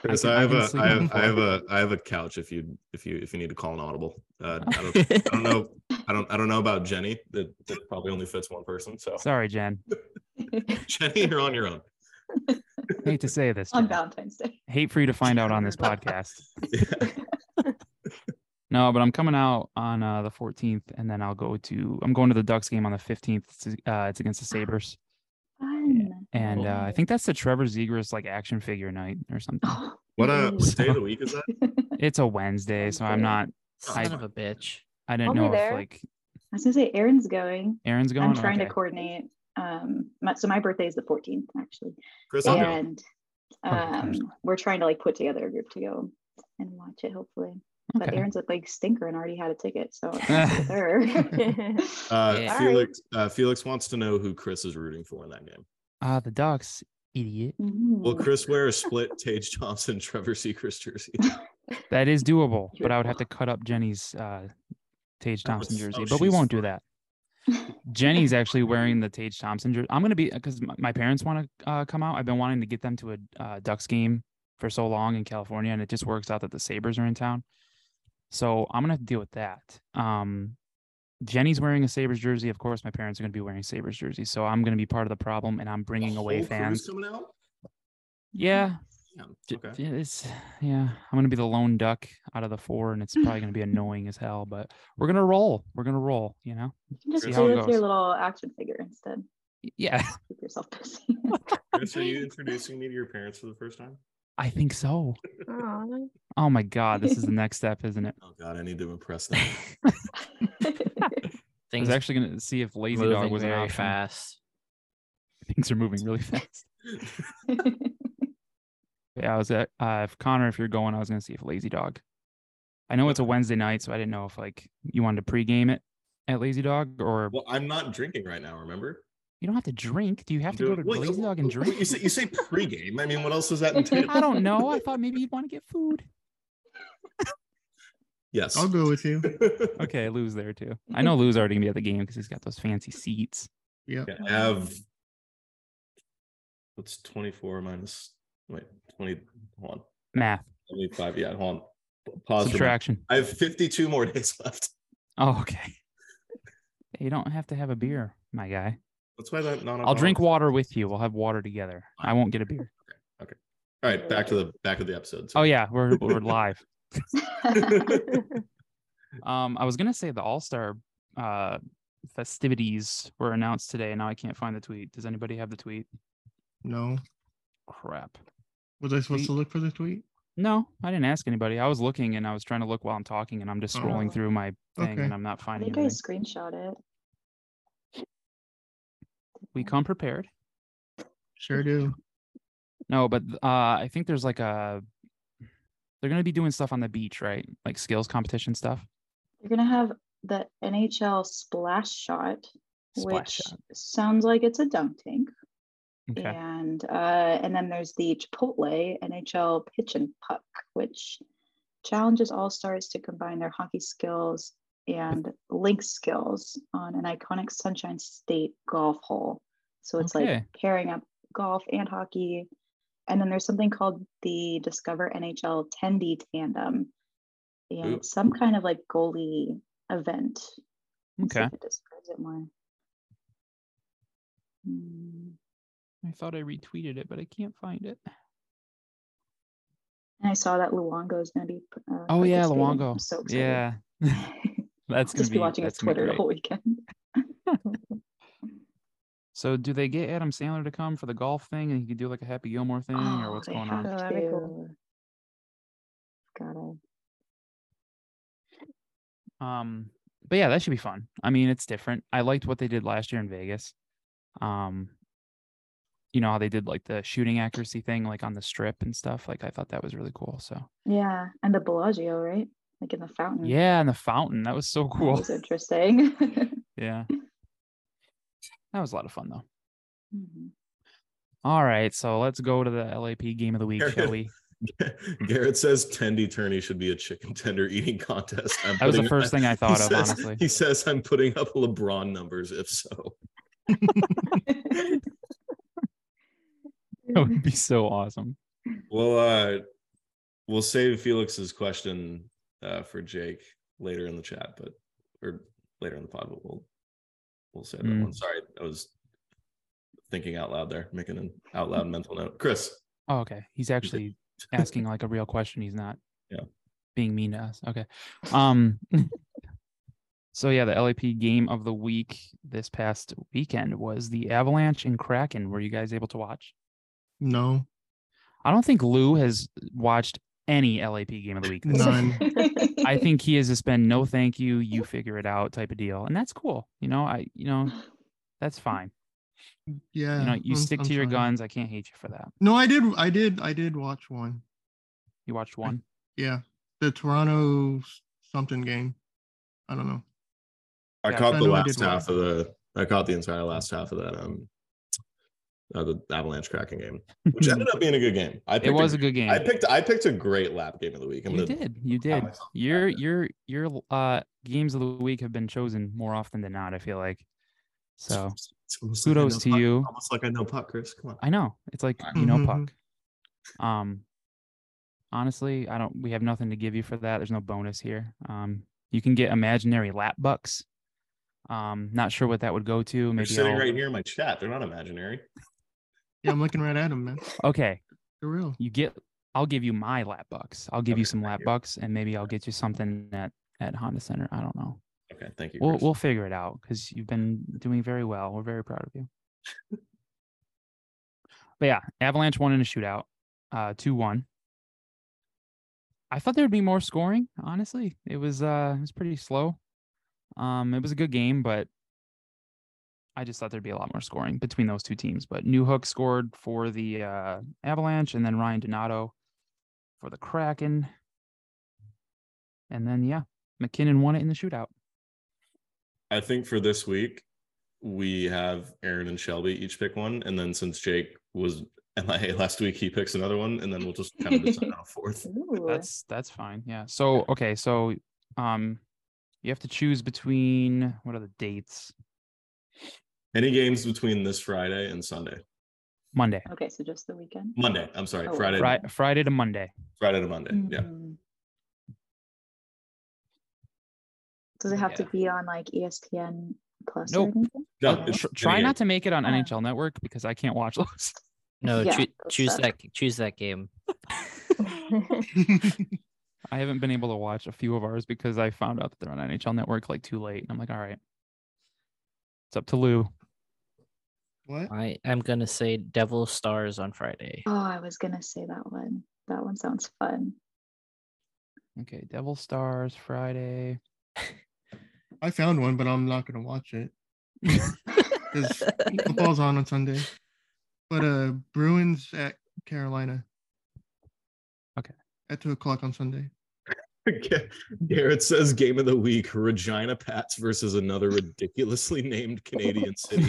S4: Chris,
S2: can-
S4: I,
S2: I
S4: have
S2: can
S4: a
S2: sleep
S4: I
S2: on
S4: have
S2: the
S4: I have a I have a couch. If you if you if you need to call an audible, uh, I, don't, I don't know. I don't I don't know about Jenny. That, that probably only fits one person. So
S2: Sorry, Jen.
S4: Jenny, you're on your own.
S2: Hate to say this.
S3: on
S2: Jen.
S3: Valentine's Day.
S2: Hate for you to find out on this podcast. No, but I'm coming out on uh, the 14th, and then I'll go to I'm going to the Ducks game on the 15th. It's, uh, it's against the Sabers,
S3: Fun.
S2: and
S7: Cool.
S2: uh, I think that's the Trevor Zegers like action figure night or something.
S3: Oh,
S4: What uh,
S3: it
S4: what
S3: is.
S4: day of the week is that?
S2: It's a Wednesday, so I'm not.
S7: Son of a bitch.
S2: I
S5: I'll
S2: didn't
S5: be
S2: know if
S5: there.
S2: like
S3: I was gonna say Aaron's going.
S2: Aaron's going.
S3: I'm trying
S2: Okay.
S3: to coordinate. Um, my, so my birthday is the 14th actually,
S4: Chris,
S2: Oh,
S4: I'll go.
S3: and um, we're trying to like put together a group to go and watch it hopefully. But
S2: Okay.
S3: Aaron's a big stinker and already had a ticket, so it's not with her.
S4: Uh,
S7: Yeah.
S4: Felix uh, Felix wants to know who Chris is rooting for in that game.
S2: Ah, the Ducks, idiot.
S4: Will
S3: Mm.
S4: Chris wear a split Tage Thompson Trevor Seacrest jersey?
S2: That is doable, but I would have to cut up Jenny's uh, Tage Thompson
S4: was-
S2: jersey,
S4: oh,
S2: but we
S4: she's
S2: won't do that. Jenny's actually wearing the Tage Thompson jersey. I'm gonna be because my, my parents want to uh, come out. I've been wanting to get them to a uh, Ducks game for so long in California, and it just works out that the Sabers are in town. So I'm gonna have to deal with that. Um, Jenny's wearing a Sabers jersey. Of course, my parents are gonna be wearing Sabers jerseys, so I'm gonna be part of the problem, and I'm bringing
S4: The
S2: away
S4: whole crew's
S2: fans.
S4: Oh, coming out.
S2: Yeah,
S4: Damn,
S2: J-
S4: okay.
S2: yeah, It's yeah, I'm gonna be the lone duck out of the four, and it's probably gonna be annoying as hell. But we're gonna roll. We're gonna roll. You know.
S3: You can just
S4: See
S3: do
S4: how
S2: it
S3: with your
S2: goes.
S3: little action figure instead.
S2: Y- Yeah,
S3: Keep yourself busy.
S4: Chris, are you introducing me to your parents for the first time?
S2: I think so.
S5: Aw.
S2: Oh my god, this is the next step, isn't it?
S4: Oh God, I need to impress them.
S2: I
S7: Things
S2: was actually gonna see if Lazy Dog
S7: moving
S2: was an
S7: very
S2: option.
S7: fast.
S2: Things are moving really fast. Yeah, I was at uh, if Connor, if you're going, I was gonna see if Lazy Dog. I know it's a Wednesday night, so I didn't know if like you wanted to pregame it at Lazy Dog or
S4: well, I'm not drinking right now. Remember?
S2: you don't have to drink. Do you have to go to
S4: Well, you-
S2: Lazy Dog and
S4: well,
S2: drink?
S4: You say, you say pregame. I mean, what else does that entail?
S2: I don't know. I thought maybe you'd want to get food.
S4: Yes.
S6: I'll go with you.
S2: Okay, Lou's there too. I know Lou's already gonna be at the game because he's got those fancy seats.
S6: Yeah.
S4: Yeah, Have what's 24 minus wait 20 hold on
S2: Math
S4: 25 yeah hold on pause for a minute.
S2: subtraction.
S4: I have 52 more days left.
S2: Oh, okay. You don't have to have a beer, my guy.
S4: That's why that not.
S2: I'll drink water with you. We'll have water together. I won't get a beer.
S4: All right, back to the back of the episode.
S2: Oh yeah, we're we're live.
S4: yeah.
S2: Um, I was gonna say the All Star uh festivities were announced today. Now I can't find the tweet. Does anybody have the tweet?
S6: No.
S2: Crap.
S6: Was I supposed to look for the tweet?
S2: No, I didn't ask anybody. I was looking and I was trying to look while I'm talking, and I'm just
S6: Oh.
S2: scrolling through my thing
S6: Okay.
S2: and I'm not
S3: I
S2: finding
S3: think I
S2: anything.
S3: screenshot it.
S2: We come prepared.
S6: Sure do.
S2: No, but th- uh, I think there's like a they're gonna be doing stuff on the beach, right? Like skills competition stuff.
S3: You're gonna have the NHL splash shot, which
S2: Splash shot.
S3: sounds like it's a dunk tank.
S2: Okay.
S3: And uh, and then there's the Chipotle NHL pitch and puck, which challenges all stars to combine their hockey skills and link skills on an iconic Sunshine State golf hole So it's
S2: Okay.
S3: like pairing up golf and hockey. And then there's something called the Discover NHL 10D tandem. And
S4: Ooh.
S3: it's some kind of like goalie event. Let's see
S2: Okay.
S3: if it describes it more. Mm.
S2: I thought I retweeted it, but I can't find it.
S3: And I saw that Luongo is going to be. Uh,
S2: Oh yeah,
S3: participating. I'm
S2: Luongo.
S3: so excited.
S2: yeah, that's gonna
S3: Just be, watching his
S2: that's gonna be
S3: Twitter the
S2: great.
S3: whole weekend.
S2: So, do they get Adam Sandler to come for the golf thing, and he could do like a Happy Gilmore thing, or what's
S3: they
S2: going
S3: have
S2: on?
S5: Oh, that'd be
S3: to. Gotta.
S2: Um, but yeah, that should be fun. I mean, it's different. I liked what they did last year in Vegas. Um, you know how they did like the shooting accuracy thing, like on the strip and stuff. Like I thought that was really cool. So
S3: Yeah, and the Bellagio, right? Like in the
S4: Mm.
S3: fountain.
S2: yeah, Oh, and the fountain that was so
S3: That
S2: cool.
S3: was interesting.
S2: yeah, that was a lot of fun though.
S3: Mhm.
S2: All right, so let's go to the LAP game of the week, shall we?
S4: Garrett says Tendy Turney should be a chicken tender eating contest. I'm
S2: That was the
S4: putting-
S2: first thing I
S4: he
S2: thought of,
S4: says-
S2: honestly.
S4: He says I'm putting up LeBron numbers if so.
S2: That
S3: Mm-hmm.
S2: would be so awesome.
S4: Well, uh we'll save Felix's question uh for Jake later in the chat, but or later in the pod, but we'll we'll save that
S2: Mm.
S4: one. Sorry, I was thinking out loud there, making an out loud mental note. Chris.
S2: Oh, okay. He's actually asking like a real question. He's not
S4: Yeah.
S2: being mean to us. Okay. Um so yeah, the LAP game of the week this past weekend was the Avalanche and Kraken. Were you guys able to watch?
S6: No,
S2: I don't think Lou has watched any LAP game of the week. this
S6: None.
S2: season. I think he is just been no thank you, you figure it out type of deal. And that's cool. You know, I you know, that's fine.
S6: yeah.
S2: You know, you
S6: I'm-
S2: stick
S6: I'm
S2: to your
S6: fine.
S2: guns. I can't hate you for that.
S6: No, I did. I did. I did watch one.
S2: You watched one.
S6: Yeah, the Toronto s- something game. I don't know.
S4: I
S2: Yeah,
S4: caught
S6: I
S4: the
S6: know I
S4: last
S6: did
S4: half of the. I caught the entire last half of that. Um, uh, the Avalanche Kraken game, which ended up being a good game. I picked
S2: It was a good game.
S4: I picked. I picked a great lap game of the week. I'm
S2: You
S4: gonna-
S2: did. You
S4: pat
S2: did.
S4: myself on the
S2: Your
S4: back
S2: your your uh games of the week have been chosen more often than not. I feel like. So
S4: It's almost like I
S2: kudos
S4: know
S2: to
S4: puck-
S2: you.
S4: Almost like I know puck, Chris. Come on.
S2: I know it's like
S4: Alright.
S2: you know
S6: Mhm.
S2: puck. Um, honestly, I don't. We have nothing to give you for that. There's no bonus here. Um, you can get imaginary lap bucks. Um, not sure what that would go to.
S4: They're
S2: Maybe
S4: sitting
S2: I'll-
S4: right here in my chat. They're not imaginary.
S6: Yeah, I'm looking right at him, man.
S2: Okay,
S6: For real.
S2: you get. I'll give you my lap bucks. I'll give
S4: Okay,
S2: you some
S4: thank
S2: lap
S4: you.
S2: bucks, and maybe I'll get you something at at Honda Center. I don't know.
S4: Okay, thank you.
S2: We'll
S4: Chris.
S2: we'll figure it out because you've been doing very well. We're very proud of you. but yeah, Avalanche won in a shootout, uh, two one. I thought there would be more scoring. Honestly, it was uh, it was pretty slow. Um, it was a good game, but I just thought there'd be a lot more scoring between those two teams. But New Hook scored for the uh, Avalanche, and then Ryan Donato for the Kraken, and then yeah, McKinnon won it in the shootout.
S4: I think for this week, we have Aaron and Shelby each pick one, and then since Jake was MIA last week, he picks another one, and then we'll just kind of decide on a fourth.
S3: Ooh.
S2: That's that's fine. Yeah. So okay, so um you have to choose between what are the dates?
S4: Any games between this Friday and Sunday?
S2: Monday.
S3: okay. So just the weekend.
S4: Monday. I'm sorry.
S3: Oh,
S4: Friday.
S2: Fri- Friday to Monday.
S4: Friday to Monday. Yeah.
S3: Mm. Does it have to
S2: Yeah.
S3: be on like E ESPN Plus or
S2: Nope.
S3: anything?
S4: No,
S2: Uh,
S4: it's
S2: tr-
S4: any
S2: try
S4: game.
S2: not to make it on
S3: Yeah.
S2: NHL Network because I can't watch those.
S7: No,
S3: Yeah,
S7: choo-
S3: those
S7: choose
S3: suck.
S7: that choose that game.
S2: I haven't been able to watch a few of ours because I found out that they're on NHL Network like too late. And I'm like, all right. It's up to Lou.
S6: what?
S7: I am gonna say Devil Stars on Friday.
S3: Oh, I was gonna say that one. That one sounds fun.
S2: Okay, Devil Stars Friday.
S6: I found one, but I'm not gonna watch it. 'Cause football's on on Sunday. But uh, Bruins at Carolina.
S2: Okay.
S6: At two o'clock on Sunday.
S4: Garrett says game of the week Regina Pats versus another ridiculously named Canadian city.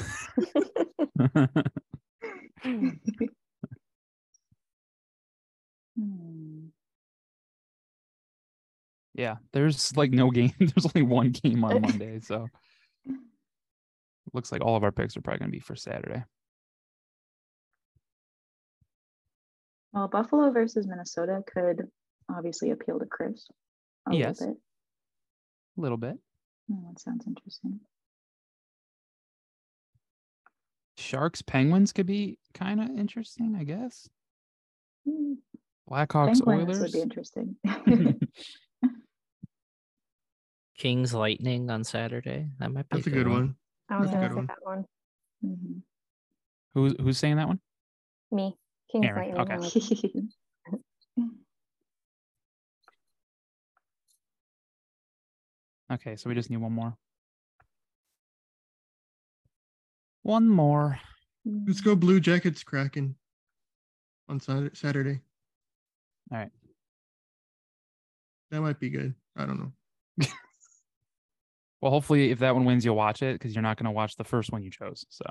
S3: Hmm.
S2: yeah, there's like no game. There's only one game on Monday. So looks like all of our picks are probably gonna be for Saturday.
S3: Well, Buffalo versus Minnesota could obviously appeal to Chris. A little
S2: Yes.
S3: bit.
S2: A little bit.
S3: Oh, that sounds interesting.
S2: Sharks Penguins could be kind of interesting, I guess.
S3: Hmm,
S2: Blackhawks
S3: Penguins would
S2: Oilers.
S3: be interesting. Mm-hmm.
S7: Kings Lightning on Saturday. That might be
S6: That's a good one.
S5: I was
S3: That's a
S5: gonna
S6: good
S5: say
S6: one.
S5: that one.
S3: Mhm.
S2: Who's who's saying that one?
S5: Me. King's
S2: Aaron,
S5: Lightning.
S2: okay.
S5: I'm like,
S2: Okay, so we just need one more. One more.
S6: Let's go Blue Jackets Kraken on Sat- Saturday.
S2: All right.
S6: That might be good. I don't know.
S2: Well, hopefully, if that one wins, you'll watch it because you're not going to watch the first one you chose. So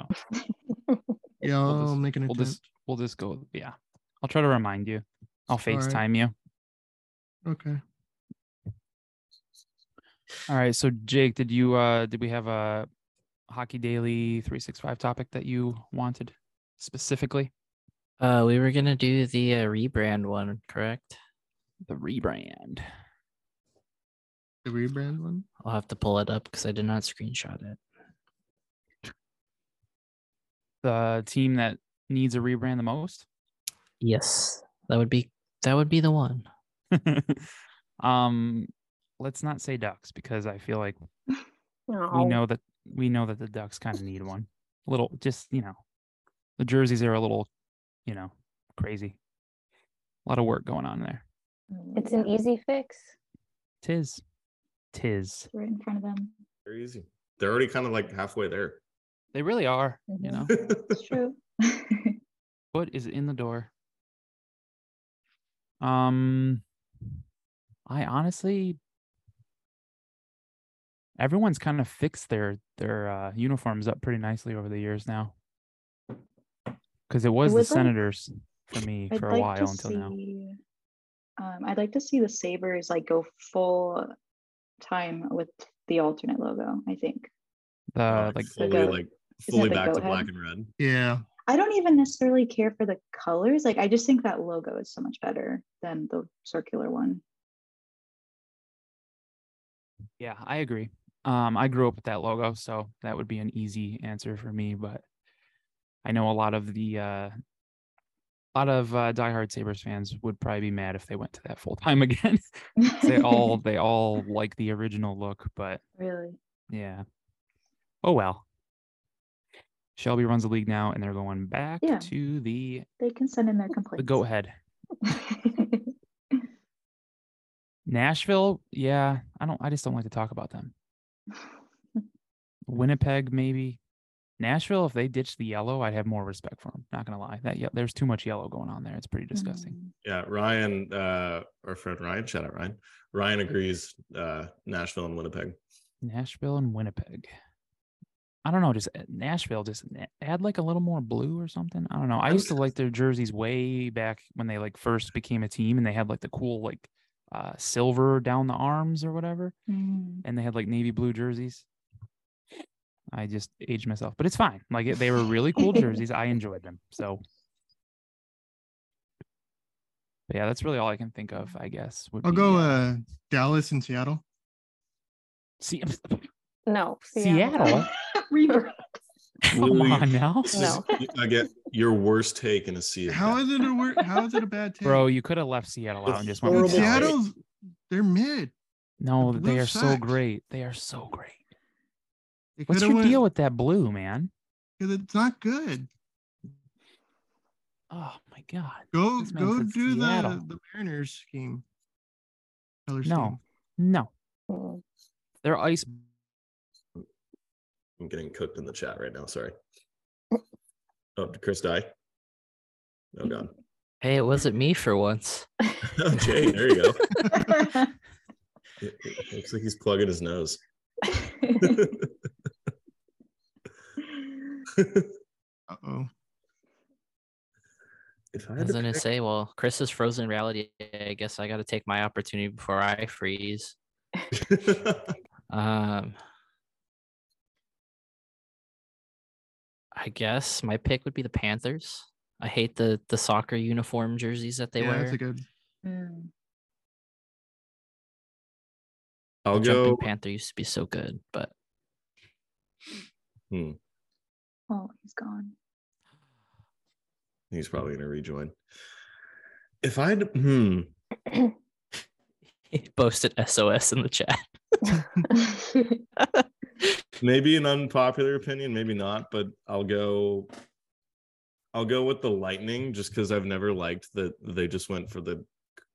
S6: Yeah, I'll,
S2: We'll just-
S6: make an
S2: we'll
S6: attempt.
S2: just we'll just go. Yeah, I'll try to remind you. I'll
S6: All right.
S2: FaceTime you.
S6: Okay.
S2: All right. So Jake, did you uh did we have a hockey daily three six five topic that you wanted specifically?
S7: Uh, we were gonna do the uh, rebrand one, correct?
S2: The rebrand.
S6: The rebrand one.
S7: I'll have to pull it up because I did not screenshot it.
S2: The team that needs a rebrand the most.
S7: Yes, that would be that would be the one.
S2: um, let's not say ducks because I feel like we
S5: "No."
S2: know that we know that the ducks kind of need one. A little, just you know, the jerseys are a little, you know, crazy. A lot of work going on there.
S5: It's an easy fix.
S2: Tis, tis.
S3: Right in front of them.
S4: They're easy. They're already kind of like halfway there.
S2: They really are. You
S5: Mhm.
S2: know,
S3: It's true.
S2: foot is in the door. Um, I honestly, everyone's kind of fixed their their uh, uniforms up pretty nicely over the years now. Because it was the
S3: would like-
S2: Senators for me
S3: I'd
S2: for a
S3: like
S2: while
S3: to
S2: until now.
S3: see- Um, I'd like to see the Sabres like go full time with the alternate logo, I think.
S2: The like
S4: fully
S3: goat.
S4: like
S3: it
S4: fully
S3: the
S4: back to
S3: goat head?
S4: black and red.
S6: Yeah.
S3: I don't even necessarily care for the colors. Like I just think that logo is so much better than the circular one.
S2: Yeah, I agree. Um, I grew up with that logo, so that would be an easy answer for me. But I know a lot of the uh, a lot of uh, diehard Sabres fans would probably be mad if they went to that full time again. they all they all like the original look, but
S3: really.
S2: yeah. Oh well. Shelby runs the league now, and they're going back
S3: Yeah.
S2: to the
S3: They can send in their
S2: the
S3: complaints.
S2: goat head.
S3: ahead.
S2: Nashville, yeah. I don't. I just don't like to talk about them. Winnipeg, maybe. Nashville, if they ditched the yellow, I'd have more respect for them. Not gonna lie, that ye- there's too much yellow going on there. It's pretty disgusting.
S4: Yeah, Ryan, uh, our friend Ryan, shout out Ryan. Ryan agrees. Uh, Nashville and Winnipeg.
S2: Nashville and Winnipeg. I don't know. Just add- Nashville, just na- add like a little more blue or something. I don't know. I used to like their jerseys way back when they like first became a team, and they had like the cool like uh, silver down the arms or whatever.
S3: Mm.
S2: and they had like navy blue jerseys. I just aged myself, but it's fine. Like it- they were really cool jerseys. I enjoyed them. So, but yeah, that's really all I can think of. I guess would
S6: I'll
S2: be,
S6: go
S2: uh,
S6: uh Dallas and Seattle.
S2: Se-
S5: No.
S2: Seattle.
S3: Rebrand.
S2: Come
S4: Really?
S2: on now,
S4: This is- I get your worst take in a season.
S6: How is it a wor- how is it a bad take?
S2: bro. You could have left Seattle out and just went
S6: Dude,
S2: with
S4: Horrible
S2: Dallas.
S6: Seattle's they're mid.
S2: No,
S6: The
S2: they
S6: blue
S2: are so
S6: sucks.
S2: great. They are so great.
S6: They
S2: What's
S6: coulda
S2: your
S6: went-
S2: deal with that blue, man?
S6: 'cause it's not good.
S2: Oh my god.
S6: Go
S2: This man
S6: go
S2: said
S6: do
S2: Seattle.
S6: the, the Mariners scheme. Color
S2: No, no,
S5: Mm,
S2: they're ice
S4: I'm getting cooked in the chat right now. Sorry. Oh, did Chris die? Oh God. Oh,
S7: Hey, it wasn't me for once.
S4: Jay, there you go.
S3: Mm.
S4: It- it looks like he's plugging his nose. if
S6: Uh oh.
S4: I
S7: I
S4: had
S7: was
S4: to
S7: gonna
S4: pick,
S7: say, well, Chris's frozen reality. I guess I got to take my opportunity before I freeze. Um, I guess my pick would be the Panthers. I hate the the soccer uniform jerseys that they
S6: yeah,
S7: wear.
S6: that's a good.
S3: Mm.
S4: I'll
S7: The Jumping
S4: go.
S7: Panther used to be so good, but
S3: Oh, he's gone.
S4: He's probably going to rejoin. If I'd, hmm,
S7: he posted SOS in the chat.
S4: maybe an unpopular opinion, maybe not, but I'll go. I'll go with the Lightning just because I've never liked that they just went for the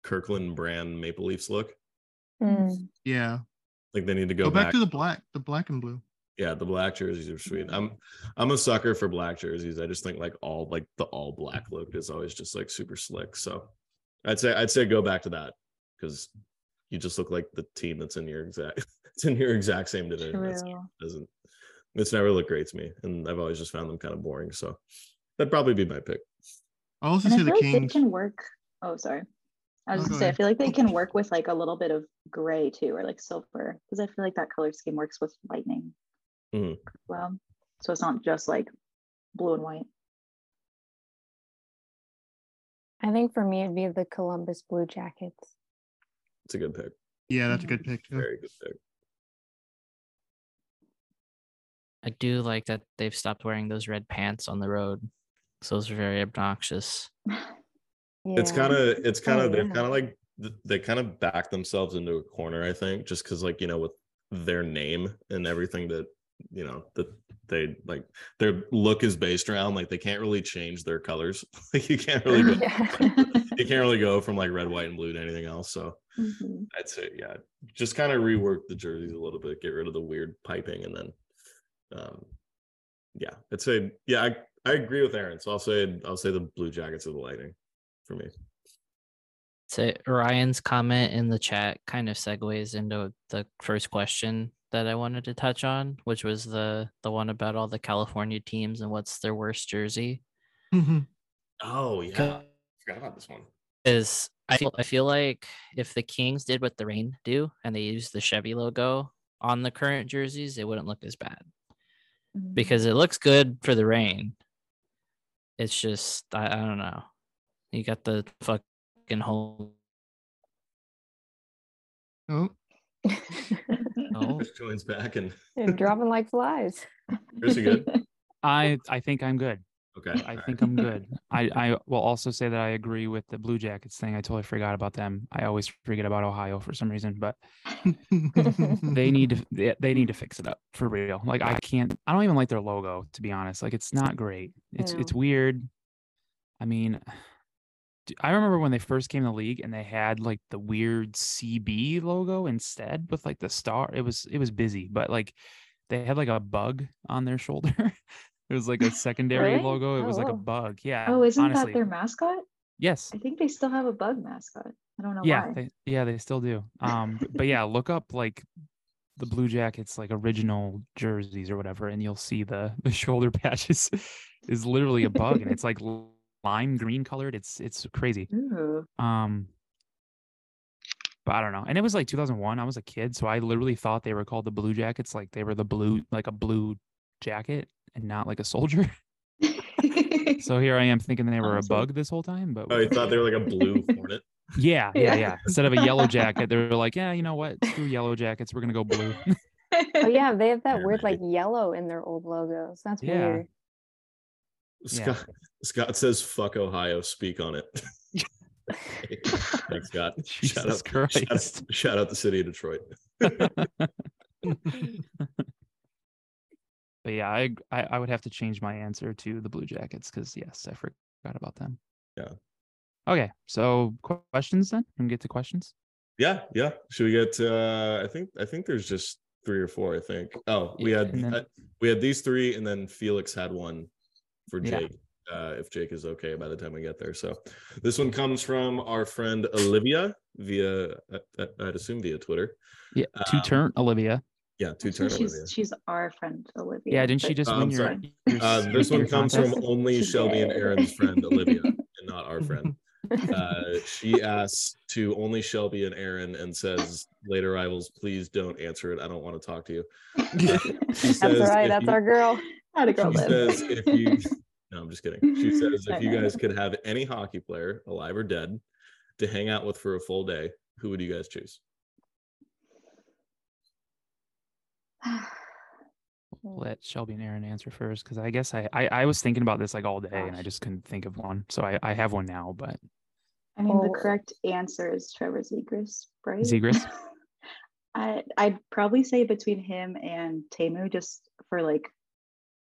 S4: Kirkland brand Maple Leafs look.
S5: Mm.
S6: Yeah.
S4: Like they need to
S6: Go,
S4: go,
S6: back, to the black, the black and blue.
S4: yeah the black jerseys are sweet i'm i'm a sucker for black jerseys i just think like all like the all black look is always just like super slick so i'd say i'd say go back to that because you just look like the team that's in your exact it's in your exact same division It's-
S3: True.
S4: doesn't it's never looked great to me and i've always just found them kind of boring so that'd probably be my pick
S6: I also
S3: And I
S6: say
S3: feel
S6: the
S3: like they
S6: Kings.
S3: can work. Oh, sorry. I was just
S6: No, go
S3: gonna say, I
S6: ahead.
S3: feel like they can work with like a little bit of gray too, or like silver, because I feel like that color scheme works with lightning.
S4: Mhm.
S3: Well, so it's not just like blue and white.
S5: I think for me it'd be the Columbus Blue Jackets.
S4: it's a good pick
S6: Yeah, that's a good pick too.
S4: very good pick
S7: I do like that they've stopped wearing those red pants on the road. So those are very obnoxious.
S4: it's kind of it's kind
S5: Oh,
S4: of they're
S5: yeah.
S4: kind of like th- they kind of back themselves into a corner i think just because like you know with their name and everything that you know that they like their look is based around like they can't really change their colors like you can't really go, you can't really go from like red white and blue to anything else so
S3: Mhm.
S4: i'd say yeah just kind of rework the jerseys a little bit get rid of the weird piping and then um yeah i'd say yeah i, I agree with aaron so i'll say i'll say the blue jackets of the lightning for me
S7: So Ryan's comment in the chat kind of segues into the first question that I wanted to touch on, which was the the one about all the California teams and what's their worst jersey.
S4: Oh yeah, forgot about this one.
S7: Is I feel, I feel like if the Kings did what the Rain do and they used the Chevy logo on the current jerseys, they wouldn't look as bad
S3: Mhm.
S7: because it looks good for the Rain. It's just I, I don't know. You got the fucking whole
S6: Oh,
S2: Oh.
S7: no.
S4: Chris joins back and
S5: They're dropping like flies.
S4: Yours are good.
S2: I I think I'm good.
S4: okay,
S2: I
S4: alright.
S2: think I'm good. I I will also say that I agree with the Blue Jackets thing. I totally forgot about them. I always forget about Ohio for some reason, but they need to they, they need to fix it up for real. Like I can't I don't even like their logo to be honest. Like it's not great. It's
S5: No.
S2: it's weird. I mean d- I remember when they first came to the league and they had like the weird CB logo instead with like the star. It was it was busy, but like they had like a bug on their shoulder. it was like a secondary
S5: Really?
S2: logo. It was like
S5: Oh.
S2: a bug. Yeah.
S3: oh, isn't
S2: honestly.
S3: that their mascot?
S2: Yes.
S3: I think they still have a bug mascot. I don't know
S2: Yeah,
S3: why.
S2: they, yeah, they still do. Um, b- but yeah, look up like the Blue Jackets like original jerseys or whatever, and you'll see the the shoulder patches is literally a bug, and it's like l- lime green colored. It's it's crazy.
S3: Ooh.
S2: Um, but I don't know. And it was like 2001. I was a kid, so I literally thought they were called the Blue Jackets, like they were the blue, like a blue jacket, and not like a soldier. So here I am thinking they were a
S3: Honestly.
S2: bug this whole time. But
S4: Oh, you thought they were like a blue hornet.
S2: yeah, yeah,
S3: Yeah.
S2: yeah. Instead of a yellow jacket, they were like, yeah, you know what? Screw yellow jackets. We're gonna go blue.
S5: Oh yeah, they have that
S4: Yeah,
S5: weird
S4: maybe.
S5: like yellow in their old logos. That's
S2: Yeah.
S5: weird.
S2: Yeah.
S4: Scott Scott says, "Fuck Ohio, speak on it." Thanks, Scott. Shout
S2: Jesus
S4: out, shout, out,
S2: Christ.
S4: shout out the city of Detroit.
S2: But yeah, I, ag- I I would have to change my answer to the Blue Jackets because yes, I forgot about them.
S4: Yeah.
S2: Okay, so qu- questions then? Can we get to questions?
S4: Yeah, yeah. Should we get? Uh, I think I think there's just three or four. I think. Oh, we had
S2: And then-
S4: uh, we had these three, and then Felix had one for
S2: Yeah.
S4: Jake. Uh, if Jake is okay by the time we get there. So this one comes from our friend Olivia via, uh, uh, I'd assume via Twitter.
S2: Yeah, two
S4: Um,
S2: turn Olivia.
S4: Yeah, two
S3: Actually,
S4: turn Olivia.
S3: she's, she's our friend Olivia.
S2: Yeah, didn't she
S3: but-
S2: just
S4: Uh,
S2: win
S4: I'm
S2: your?
S4: sorry.
S2: your
S4: Uh,
S2: s-
S4: this
S2: your
S4: one comes from
S2: contest?
S4: only
S3: She's
S4: Shelby and
S3: gay.
S4: Aaron's friend Olivia, and not our friend. Uh, she asks to only Shelby and Aaron and says, "Later rivals, please don't answer it. I don't want to talk to you." She
S5: That's
S4: says
S5: all
S4: if
S5: right. That's
S4: you-
S5: our girl.
S3: Had a girl
S4: She
S3: live.
S4: says, "If you No, I'm just kidding. She says
S3: I
S4: if you
S3: know.
S4: guys could have any hockey player, alive or dead, to hang out with for a full day, who would you guys choose?
S2: Let Shelby and Aaron answer first because I guess I, I I was thinking about this like all day and I
S3: Gosh.
S2: just couldn't think of one. So I, I have one now, but
S3: I mean, the
S5: Oh.
S3: correct answer is Trevor Zegras, right?
S2: Zegras?
S3: I I'd probably say between him and Tamu, just for like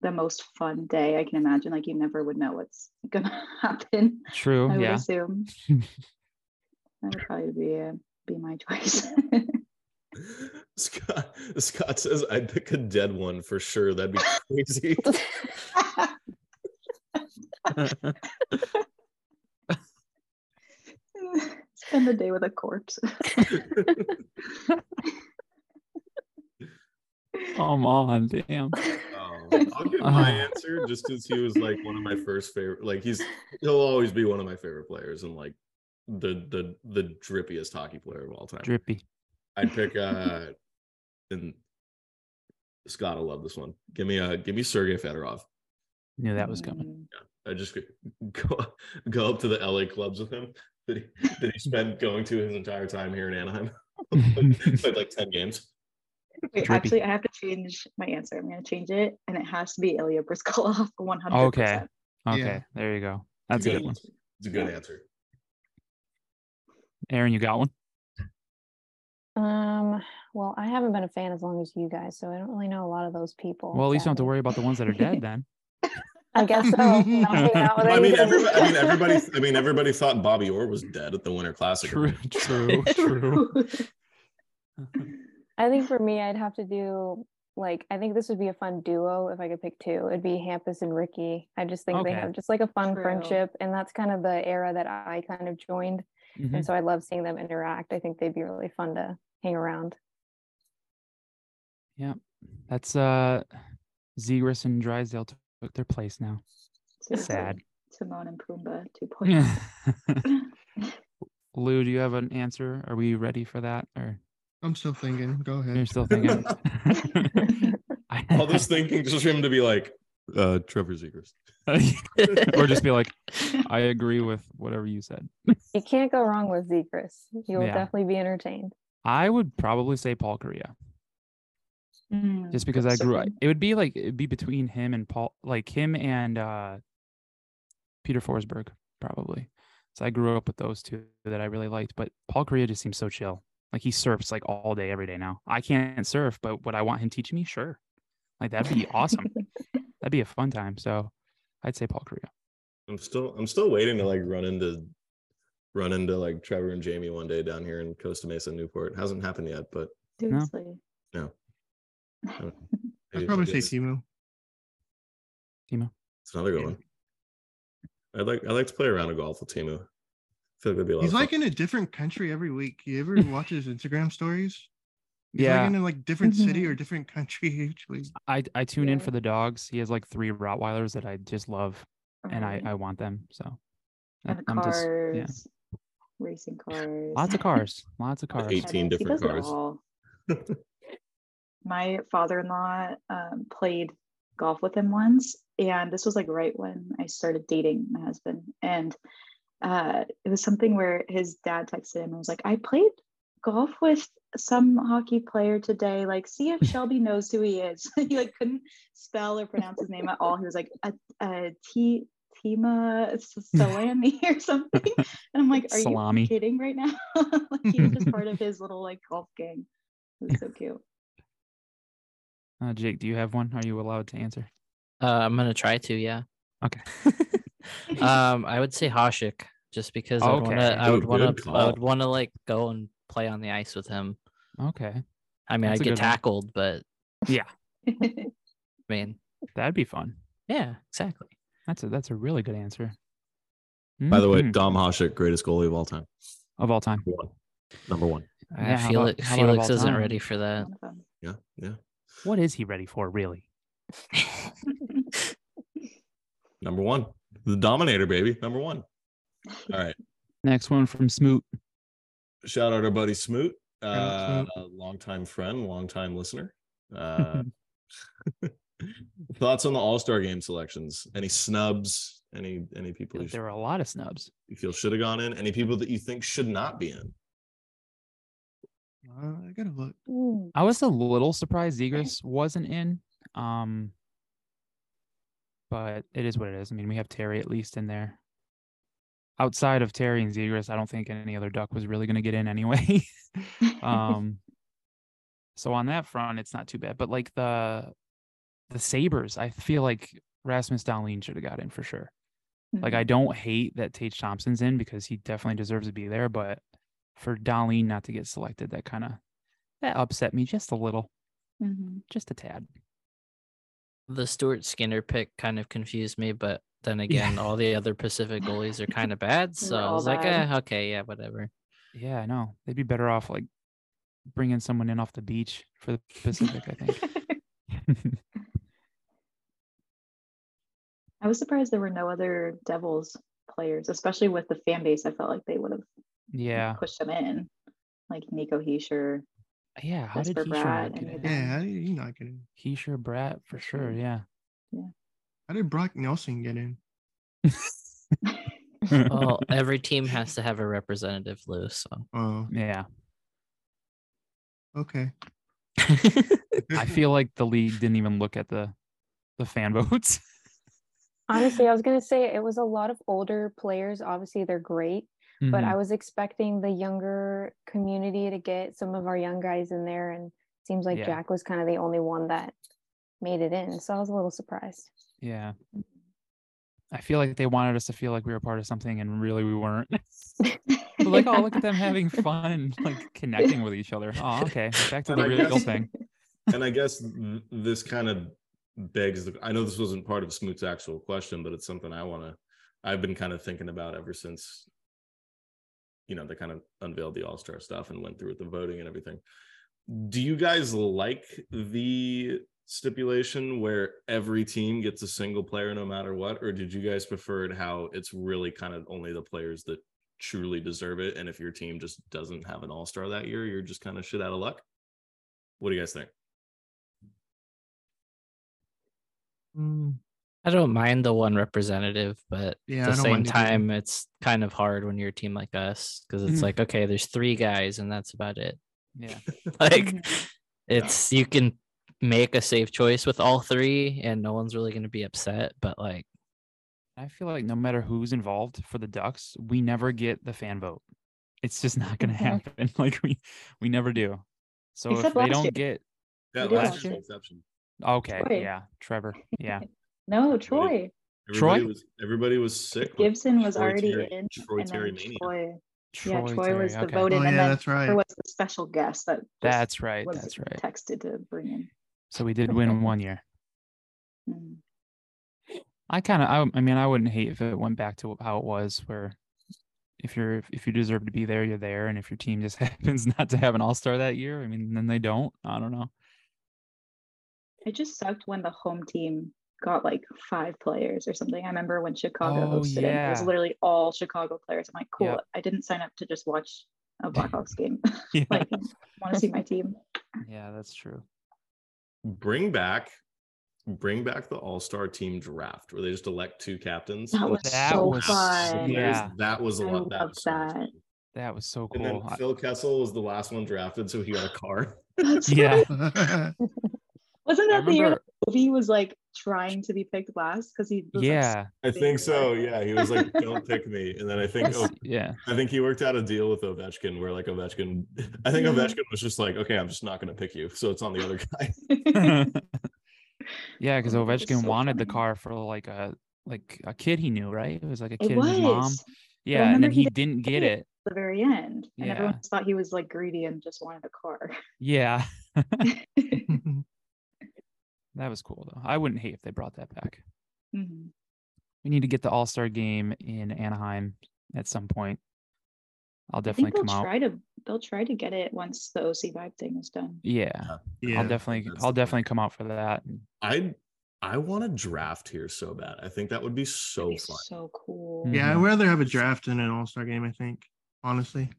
S3: the most fun day I can imagine. Like you never would know what's gonna happen.
S2: true.
S3: I would
S2: Oh, yeah.
S3: assume that would probably be uh, be my choice.
S4: Scott Scott says I'd pick a dead one for sure. That'd be crazy.
S3: Spend the day with a corpse.
S2: Come on, damn.
S4: Oh, I'll give my answer just because he was like one of my first favorite. Like he's he'll always be one of my favorite players and like the the the drippiest hockey player of all time.
S2: Drippy.
S4: I'd pick uh and Scott will love this one. Give me uh give me Sergey Fedorov.
S2: Knew that was coming.
S3: Mm.
S4: I just go go up to the LA clubs with him that he that he spent going to his entire time here in Anaheim. Played like 10 games.
S3: Wait,
S2: Drippy.
S3: actually, I have to change my answer. I'm going to change it, and it has to be Ilya Briskolov 100%.
S2: Okay. Okay.
S6: Yeah.
S2: There you go. That's a
S4: Good.
S2: good one.
S4: It's a good answer.
S2: Aaron, you got one?
S5: Um, well, I haven't been a fan as long as you guys, so I don't really know a lot of those people.
S2: Well, at least you don't have to
S5: sadly.
S2: worry about the ones that are dead then.
S5: I guess so. Not hanging out with
S4: I mean,
S5: anybody.
S4: everybody, I mean, everybody. I mean, everybody thought Bobby Orr was dead at the Winter Classic.
S2: True, true, true.
S5: I think for me, I'd have to do like I think this would be a fun duo if I could pick two. It'd be Hampus and Ricky. I just think
S2: Okay.
S5: they have just like a fun
S3: True.
S5: friendship, and that's kind of the era that I kind of joined,
S2: Mhm.
S5: and so I love seeing them interact. I think they'd be really fun to hang around.
S2: That's uh Zegris and Drysdale took their place now.
S3: Seriously,
S2: Sad.
S3: Timon and Pumbaa 2.0.
S2: Lou, do you have an answer? Are we ready for that? Or
S6: I'm still thinking. Go
S2: you're
S6: ahead.
S2: still thinking? I-
S4: All this thinking just for him to be like uh, Trevor Zegers.
S2: or just be like, I agree with whatever you said.
S5: You can't go wrong with Zegris. You'll
S2: Yeah.
S5: definitely be entertained.
S2: I would probably say Paul Korea.
S3: Mm,
S2: just because I
S3: that's
S2: grew up.
S3: something.
S2: It would be like it'd be between him and Paul, like him and uh, Peter Forsberg, probably. So I grew up with those two that I really liked. But Paul Korea just seems so chill. Like he surfs like all day, every day now. I can't surf, but would I want him teaching me? Sure. Like that'd be awesome. that'd be a fun time. So I'd say Paul Korea.
S4: I'm still, I'm still waiting to like run into, run into like Trevor and Jamie one day down here in Costa Mesa, Newport. It hasn't happened yet, but
S3: Seriously.
S4: No. No.
S6: I'd
S4: maybe
S6: probably
S4: it's-
S6: say Timu.
S4: It's another good
S6: Yeah.
S4: one. I like, I like to play around a round of golf with Timu. I feel like it'd be a lot.
S6: He's
S4: of fun.
S6: like in a different country every week. You ever watch his Instagram stories? He's like in a like different city
S2: Mm-hmm.
S6: or different country each week.
S2: I I tune in
S5: Yeah.
S2: for the dogs. He has like three Rottweilers that I just love, and I I want them. So I-
S3: and the
S2: I'm just-
S3: cars,
S2: yeah.
S3: racing cars.
S2: Lots of cars. Lots of cars.
S3: I
S4: 18
S3: mean, he
S4: different
S3: does it
S4: cars.
S3: all. My father-in-law um, played golf with him once, and this was like right when I started dating my husband. And uh, it was something where his dad texted him and was like, "I played golf with some hockey player today. Like, see if Shelby knows who he is." he like couldn't spell or pronounce his name at all. He was like, "A, a T." Tima Solani or something. And I'm like, are you
S2: Salami.
S3: kidding right now? like he was just part of his little like golf gang. It was so cute.
S2: Uh, Jake, do you have one? Are you allowed to answer?
S7: Uh, I'm gonna try to, yeah.
S2: Okay.
S7: um, I would say Hashik just because I want
S2: Okay.
S7: to. I would
S4: Ooh,
S7: want
S4: good
S7: to. I would
S4: call.
S7: want to like go and play on the ice with him.
S2: Okay,
S7: I mean,
S2: That's
S7: I'd
S2: a
S7: get
S2: good one.
S7: tackled, but I mean,
S2: that'd be fun.
S7: yeah, exactly.
S2: That's a that's a really good answer.
S4: By the way,
S6: Mm-hmm.
S2: Mhm.
S4: Dom Hasek, greatest goalie of all time.
S2: Mm-hmm. of all time,
S4: Number one. Number one.
S2: Yeah,
S7: I
S2: how
S7: feel
S2: about-
S7: like
S2: how about of
S7: Felix
S2: all
S7: isn't
S2: time?
S7: ready for that.
S3: One of them.
S4: Yeah. Yeah.
S2: what is he ready for, really?
S4: Number one. The Dominator, baby. Number one. All right.
S2: Next one from Smoot.
S4: shout out our buddy Smoot,
S6: Shout
S4: uh,
S6: out
S4: a longtime friend, longtime listener. Uh, Thoughts on the All Star Game selections? Any snubs? Any any people you,
S2: There were a lot of snubs.
S4: you feel should have gone in? Any people that you think should not be in?
S6: Uh, I gotta look.
S3: Mm.
S5: Ooh,
S2: I was a little surprised Zegers wasn't in. Um, but it is what it is. I mean, we have Terry at least in there. Outside of Terry and Zegers, I don't think any other duck was really going to get in anyway. um, so on that front, it's not too bad. But like the the Sabers, I feel like Rasmus Dahlin should have got in for sure. Like I don't hate that Tage Thompson's in because he definitely deserves to be there, but for Darlene not to get selected, that kind of that upset me just a little,
S3: Mhm.
S2: just a tad.
S7: The Stuart Skinner pick kind of confused me, but then again, all the other Pacific goalies are kind of bad.
S5: They're
S7: So I
S5: all
S7: was like,
S5: bad.
S7: eh, okay, yeah, whatever.
S2: Yeah, I know they'd be better off like bringing someone in off the beach for the Pacific. I think.
S3: I was surprised there were no other Devils players, especially with the fan base. I felt like they would have
S2: Yeah,
S3: pushed them in, like Nico Heischer.
S2: yeah. How did
S3: Jesper
S2: Heisher not
S3: Bratt
S2: get
S3: and
S2: in?
S6: Yeah, how did he not get in?
S2: Heisher Brat for sure.
S3: sure.
S2: Yeah.
S6: How did Brock Nelson get in?
S7: Well, every team has to have a representative, Lou. So
S6: Oh,
S2: yeah.
S6: okay.
S2: I feel like the league didn't even look at the the fan votes.
S5: Honestly, I was gonna say it was a lot of older players. Obviously, they're great,
S6: Mm-hmm.
S5: but I was expecting the younger community to get some of our young guys in there, and it seems like
S2: Yeah.
S5: Jack was kind of the only one that made it in. So I was a little surprised.
S2: Yeah. I feel like they wanted us to feel like we were part of something and really we weren't. But like, oh, look at them having fun and like connecting with each other. Oh, okay. Back to
S4: And
S2: the
S4: I
S2: real deal
S4: guess-
S2: thing.
S4: and I guess th- this kind of begs the. I know this wasn't part of Smoot's actual question, but it's something I want to. I've been kind of thinking about ever since, you know, they kind of unveiled the All Star stuff and went through with the voting and everything. Do you guys like the stipulation where every team gets a single player no matter what, or did you guys prefer it how it's really kind of only the players that truly deserve it, and if your team just doesn't have an All Star that year, you're just kind of shit out of luck? What do you guys think?
S6: Mm,
S7: I don't mind the one representative, but
S6: Yeah,
S7: at
S6: I
S7: the
S6: don't
S7: same
S6: mind either. Mm-hmm.
S7: time, it's kind of hard when you're a team like us because it's
S2: Mhm.
S7: like, okay, there's three guys and that's about it.
S2: Yeah.
S7: Like,
S6: Mm-hmm.
S7: it's you can make a safe choice with all three and no one's really going to be upset, but like,
S2: I feel like no matter who's involved for the Ducks, we never get the fan vote. It's just not going to
S5: Mhm.
S2: happen. Like we we never do. So if
S3: Except
S2: they
S3: last
S2: don't
S3: year.
S2: get
S4: Yeah,
S3: You do
S4: last
S3: have
S4: year's
S3: to.
S4: an exception.
S2: okay,
S3: Troy.
S2: yeah, Trevor, yeah,
S3: no, Troy
S4: Everybody
S2: Troy?
S4: was everybody was sick. with
S3: Gibson was
S4: Troy
S3: already
S4: Terry-
S3: in,
S4: Troy
S3: and
S4: Terry
S3: then
S4: Mania.
S3: Troy.
S2: Troy,
S3: Yeah, Troy, was the
S2: Terry, okay.
S6: Oh
S3: voted, and
S6: yeah,
S3: then
S6: that's right.
S3: there was the special guest that just
S2: That's right.
S3: was
S2: That's right.
S3: texted to bring in.
S2: So we did win one year.
S3: Mm.
S2: I kind of, I, I mean, I wouldn't hate if it went back to how it was, where if you're, if you deserve to be there, you're there, and if your team just happens not to have an All Star that year, I mean, then they don't. I don't know.
S3: It just sucked when the home team got like five players or something. I remember when Chicago
S2: Oh,
S3: hosted it, it was
S2: yeah.
S3: literally all Chicago players. I'm like, cool.
S2: Yep.
S3: I didn't sign up to just watch a Blackhawks game.
S2: Yeah,
S3: like, want to see my team.
S2: yeah, that's true.
S4: Bring back bring back the all-star team draft where they just elect two captains.
S3: That
S4: and
S3: was
S2: That
S3: so
S2: was
S4: the
S3: fun.
S4: players,
S2: Yeah.
S4: That was a
S3: I
S4: lot. That
S3: love
S4: was so much
S3: that.
S4: fun.
S2: That was so
S4: And
S2: cool.
S4: then
S2: I-
S4: Phil Kessel was the last one drafted, so he got a card.
S3: That's
S2: Yeah.
S3: right.
S6: yeah,
S3: Wasn't
S2: I
S3: that the year
S2: remember-
S3: that Ovi was like trying to be picked last because he was
S2: yeah,
S4: I think so. Yeah. He was like, Don't pick me. And then I think oh,
S2: yeah,
S4: I think he worked out a deal with Ovechkin where like Ovechkin I think
S3: Mm-hmm.
S4: Ovechkin was just like, Okay, I'm just not gonna pick you. So it's on the other guy.
S3: Like,
S2: yeah. Because
S3: Oh, that was
S2: Ovechkin
S3: so
S2: wanted the
S3: funny.
S2: car for like a like a kid he knew, right? It was like a kid
S3: it
S2: and his mom.
S3: was
S2: Yeah, and
S3: remember
S2: then
S3: he
S2: he
S3: didn't
S2: didn't get
S3: get it.
S2: it.
S3: the very end, and
S2: Yeah.
S3: everyone just thought he was like greedy and just wanted a car. Mm-hmm.
S2: Yeah, that was cool though. I wouldn't hate if they brought that back.
S3: Mhm.
S2: We need to get the All Star game in Anaheim at some point. I'll
S3: I think
S2: definitely
S3: they'll
S2: come out.
S3: try to they'll try to get it once the OC vibe thing is done.
S2: Yeah, I'll definitely,
S4: that's
S2: I'll
S4: the plan.
S2: definitely come out for that. and-
S4: I I want to draft here so bad. I think that would be so
S3: That'd be
S4: fun.
S3: so cool.
S2: Yeah.
S6: I'd rather have a draft than an all star game, I think. Honestly.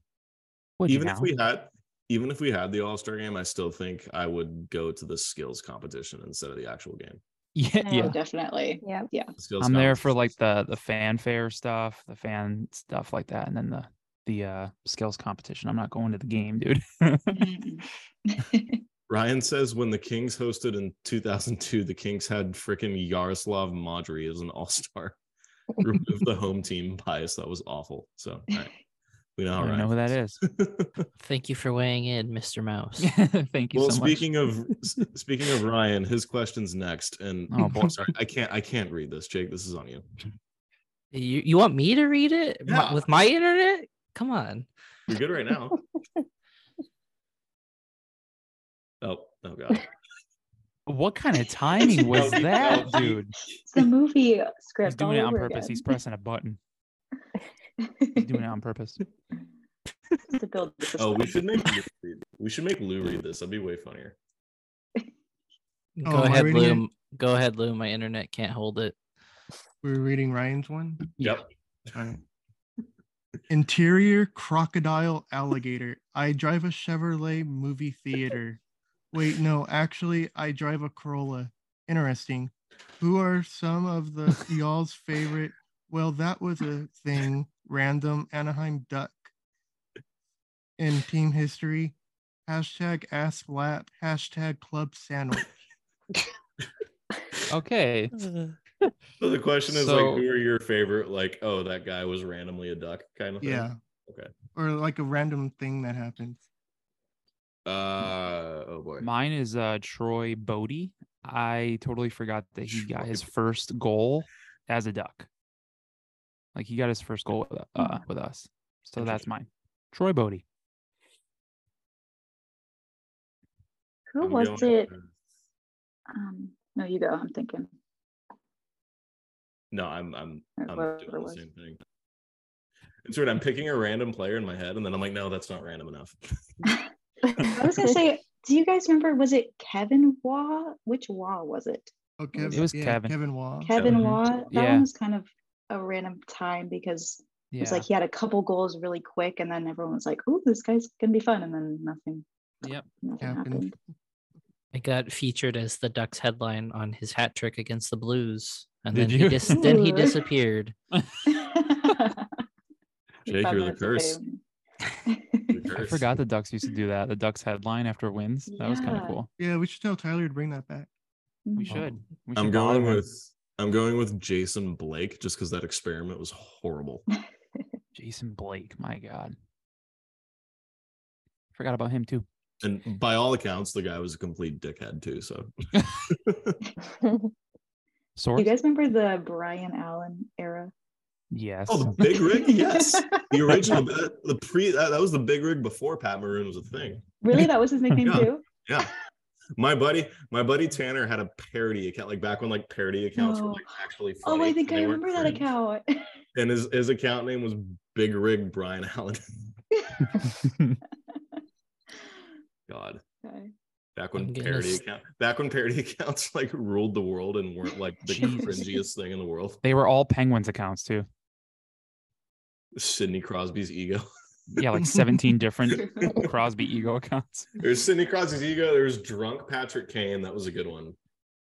S2: Would you
S4: Even if
S2: now?
S4: we had even if we had the All Star game, I still think I would go to the skills competition instead of the actual game.
S2: Yeah,
S5: I
S3: Oh,
S2: yeah.
S3: definitely.
S5: Yep.
S4: Skills
S2: I'm there
S4: college.
S2: for like the the fanfare stuff, the fan stuff like that, and then the the uh skills competition. I'm not going to the game, dude.
S3: Mm-mm.
S4: Ryan says when the Kings hosted in 2002, the Kings had freaking Yaroslav Madri as an all star. Remove the home team bias. That was awful. So all right. we know how
S2: I don't know who that is.
S4: that is.
S7: Thank you for weighing in, Mr. Mouse.
S2: Thank you
S4: well,
S2: so
S4: speaking
S2: much.
S4: of s- speaking of Ryan, his question's next. And
S2: Oh, boy.
S4: I'm sorry, I can't I can't read this, Jake. This is on you.
S7: you you want me to read it My-
S4: Yeah.
S7: with my internet? Come on.
S4: You're good right now. oh, oh god.
S2: what kind of timing was
S4: No,
S2: that,
S4: no, he-
S2: dude?
S3: it's the movie
S2: He's
S3: script. all
S2: doing it on
S3: over
S2: purpose.
S3: again.
S2: He's pressing a button. He's doing it on purpose.
S3: to build the
S4: Oh, we
S3: suspense.
S4: should make Lou read. we should make Lou read this. That'd be way funnier.
S6: Oh,
S7: Go
S6: am I
S7: ahead,
S6: reading it?
S7: Lou. Go ahead, Lou. My internet can't hold it.
S6: We're reading Ryan's one.
S4: Yep.
S6: Alright. Interior crocodile alligator. I drive a Chevrolet movie theater. Wait, no, actually, I drive a Corolla. Interesting. Who are some of the y'all's favorite? Well, that was a thing. Random Anaheim Duck. In team history, hashtag ass lap, hashtag club sandwich.
S2: Okay.
S3: Oh,
S4: So the question is
S2: So-
S4: like, who are your favorite? Like, oh, that guy was randomly a duck, kind of thing.
S6: Yeah.
S4: Okay.
S6: Or like a random thing that happened.
S4: Uh oh boy.
S2: Mine is uh Troy Bodie. I totally forgot that he got
S4: Troy
S2: his first goal as a duck. Like he got his first goal with, uh, with us. So that's
S4: Hmm. Interesting.
S2: mine. Troy Bodie.
S3: Who
S4: I'm
S3: was
S4: going-
S3: it? Um, no, you go. I'm thinking.
S4: No, I'm I'm
S3: Or
S4: I'm
S3: whoever it
S4: doing the
S3: was.
S4: same thing. It's weird. I'm picking a random player in my head, and then I'm like, no, that's not random enough.
S3: I was gonna say, do you guys remember? Was it Kevin Waugh? Which Waugh was it?
S6: Oh, Kev-
S2: It was Kevin.
S6: Kevin Wall.
S3: Kevin
S2: Kevin.
S3: Waugh. That
S2: Yeah.
S3: one was kind of a random time because
S2: Yeah.
S3: it's like he had a couple goals really quick, and then everyone was like, "Ooh, this guy's gonna be fun," and then nothing.
S2: Yep.
S3: Nothing
S6: Happened.
S3: happened.
S7: I got featured as the Ducks headline on his hat trick against the Blues, and
S2: Did
S7: then
S2: you?
S7: he dis- then he
S3: Ooh.
S7: disappeared.
S4: Jake,
S3: Five
S4: you're the
S3: minutes of
S4: curse.
S3: fame.
S2: I forgot the Ducks used to do that. The Ducks headline after wins. That was kind of
S3: Yeah.
S2: cool.
S6: Yeah, we should tell Tyler to bring that back.
S2: We
S3: Mhm.
S2: should. We should
S4: Oh.
S2: bother
S4: I'm going
S2: him.
S4: with I'm going with Jason Blake just because that experiment was horrible.
S2: Jason Blake. My God. Forgot about him too.
S4: And by all accounts, the guy was a complete dickhead too. So
S5: Mm-hmm.
S2: Source?
S3: You guys remember the Brian Allen era?
S2: yes.
S4: Oh, the big rig? Yes. The original that- the pre that, that was the big rig before Pat Maroon was a thing.
S3: Really, that was his nickname
S4: Yeah.
S3: too.
S4: Yeah. My buddy, my buddy Tanner had a parody account, like back when like parody accounts were
S3: No.
S4: like actually funny.
S3: Oh, I think
S4: and
S3: I
S4: they weren't
S3: remember that
S4: cringe.
S3: account.
S4: And his, his account name was Big Rig Brian Allen. God.
S3: Okay.
S4: Back when
S3: Oh,
S7: I'm getting
S4: parody
S7: this-
S4: account back when parody accounts like ruled the world and weren't like the
S2: Jeez.
S4: cringiest thing in the world.
S2: they were all Penguins accounts too.
S4: Sidney Crosby's ego.
S2: Yeah, like 17 different Crosby ego accounts.
S4: There's Sidney Crosby's ego. There was drunk Patrick Kane. That was a good one.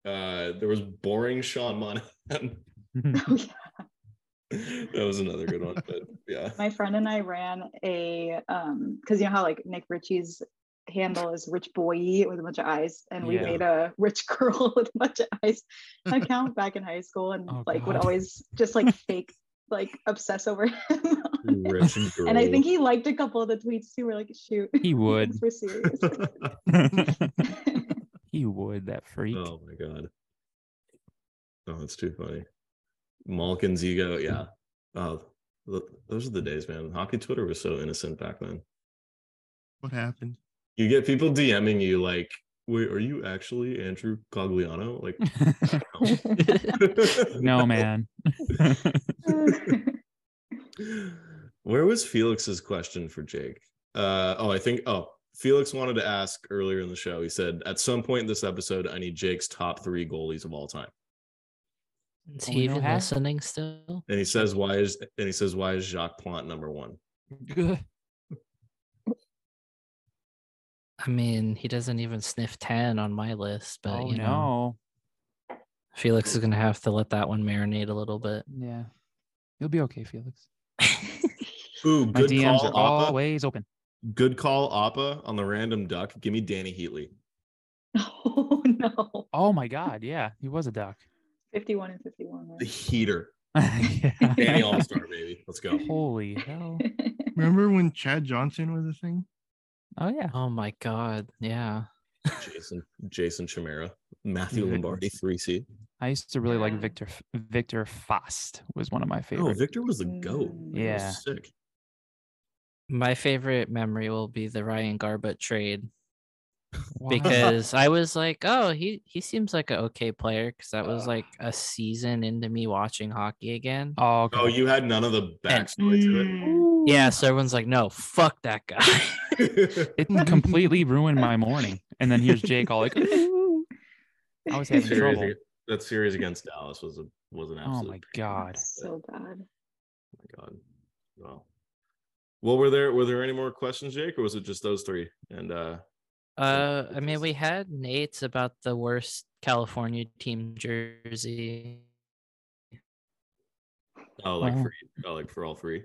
S4: Uh, there was boring Sean Monahan.
S3: Oh, yeah.
S4: that was another good one. But yeah,
S3: My friend and I ran a um because you know how like Nick Ritchie's handle is Rich Boy with a bunch of eyes, and we
S2: Yeah.
S3: made a Rich Girl with a bunch of eyes account back in high school, and
S2: Oh,
S3: like would
S2: God.
S3: always just like fake like obsess over him.
S4: rich and
S3: and I think he liked a couple of the tweets too. We're like, shoot,
S2: He would.
S3: we're serious.
S2: he would, that freak.
S4: oh my god. Oh, that's too funny. Malkin's ego. Yeah. Oh, th- those are the days, man. Hockey Twitter was so innocent back then.
S6: What happened?
S4: You get people DMing you like, "Wait, are you actually Andrew Cogliano?" Like,
S2: no, man.
S4: Where was Felix's question for Jake? Uh, oh, I think. Oh, Felix wanted to ask earlier in the show. He said, "At some point in this episode, I need Jake's top three goalies of all time."
S7: Is
S2: Oh,
S7: he
S2: we know
S7: even
S2: how?
S7: listening still?
S4: And he says, "Why is?" And he says, "Why is Jacques Plant number one?"
S7: I mean, he doesn't even sniff ten on my list, but
S2: oh,
S7: you know,
S2: no.
S7: I Felix is gonna have to let that one marinate a little bit.
S2: Yeah. You'll be okay, Felix.
S4: Ooh,
S2: My
S4: good
S2: DMs
S4: call,
S2: are
S4: Appa.
S2: always open.
S4: Good call, Appa, on the random duck. Give me Danny Heatley.
S3: Oh no.
S2: Oh my god, yeah. He was a duck.
S3: 51 and 51.
S4: The heater.
S2: Yeah.
S4: Danny All Star, baby. Let's go.
S2: Holy hell.
S3: right?
S6: Remember when Chad Johnson was a thing?
S2: Oh yeah.
S7: Oh my god. Yeah.
S4: Jason, Jason Chimera, Matthew
S2: Mhm.
S4: Lombardi, three C.
S2: I used to really like
S3: Yeah.
S2: Victor F- Victor Fast was one of my
S4: Oh,
S2: favorites.
S4: Victor was the goat.
S3: Mm.
S4: That was
S2: Yeah.
S4: sick.
S7: My favorite memory will be the Ryan Garbutt trade
S2: Wow.
S7: because I was like, oh, he he seems like an okay player because that was like a season into me watching hockey again.
S2: Oh, okay.
S4: Oh, you had none of the
S7: And-
S4: backstory
S7: Yeah, so everyone's like, no, fuck that guy.
S4: to it.
S2: it completely ruined my morning. And then here's Jake all like, "Oh, "Ooh." I was having
S4: That series
S2: trouble.
S4: ag- that series against Dallas was a was an
S2: Oh
S4: absolute.
S2: my god.
S3: So bad.
S4: my god. Well, well, were there were there any more questions, Jake, or was it just those three? And uh,
S7: Uh, I
S4: it
S7: mean,
S4: was-
S7: we had Nate's about the worst California team jersey.
S4: oh, like
S2: Oh.
S4: for oh, like for all three.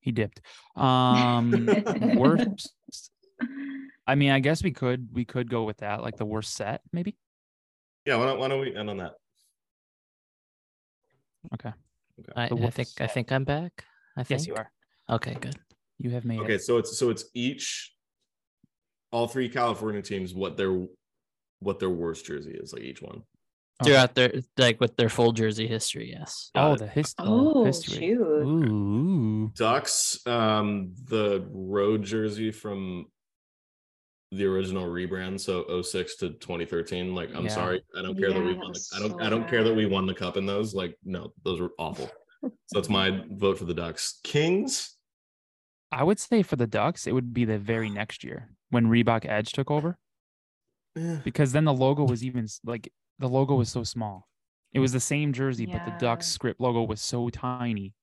S2: He dipped. Um worst I mean, I guess we could we could go with that, like the worst set, maybe.
S4: Yeah, why don't why don't we end on that?
S2: Okay.
S7: I,
S2: The
S7: I think I
S2: worst.
S7: think I'm back. I think
S2: Yes, you are.
S7: Okay, good.
S2: You have made
S4: Okay,
S2: it.
S4: so it's so it's each all three California teams what their what their worst jersey is, like each one.
S2: Oh,
S7: Throughout their like with their full jersey history, yes.
S2: Oh, the his- oh,
S3: Oh,
S2: history.
S3: shoot.
S2: Ooh.
S4: Ducks, um, the road jersey from the original rebrand, so 06 to 2013. Like, I'm
S2: Yeah.
S4: sorry, I don't care that we
S3: Yeah, that
S4: won. The,
S3: was
S4: I don't.
S3: so
S4: I don't care that
S3: bad.
S4: we won the cup in those. Like, no, those were awful. so that's my vote for the Ducks. Kings.
S2: I would say for the Ducks, it would be the very next year when Reebok Edge took over
S4: eh,
S2: because then the logo was even s- like the logo was so small. It was the same jersey, but the Ducks
S3: Yeah.
S2: script logo was so tiny.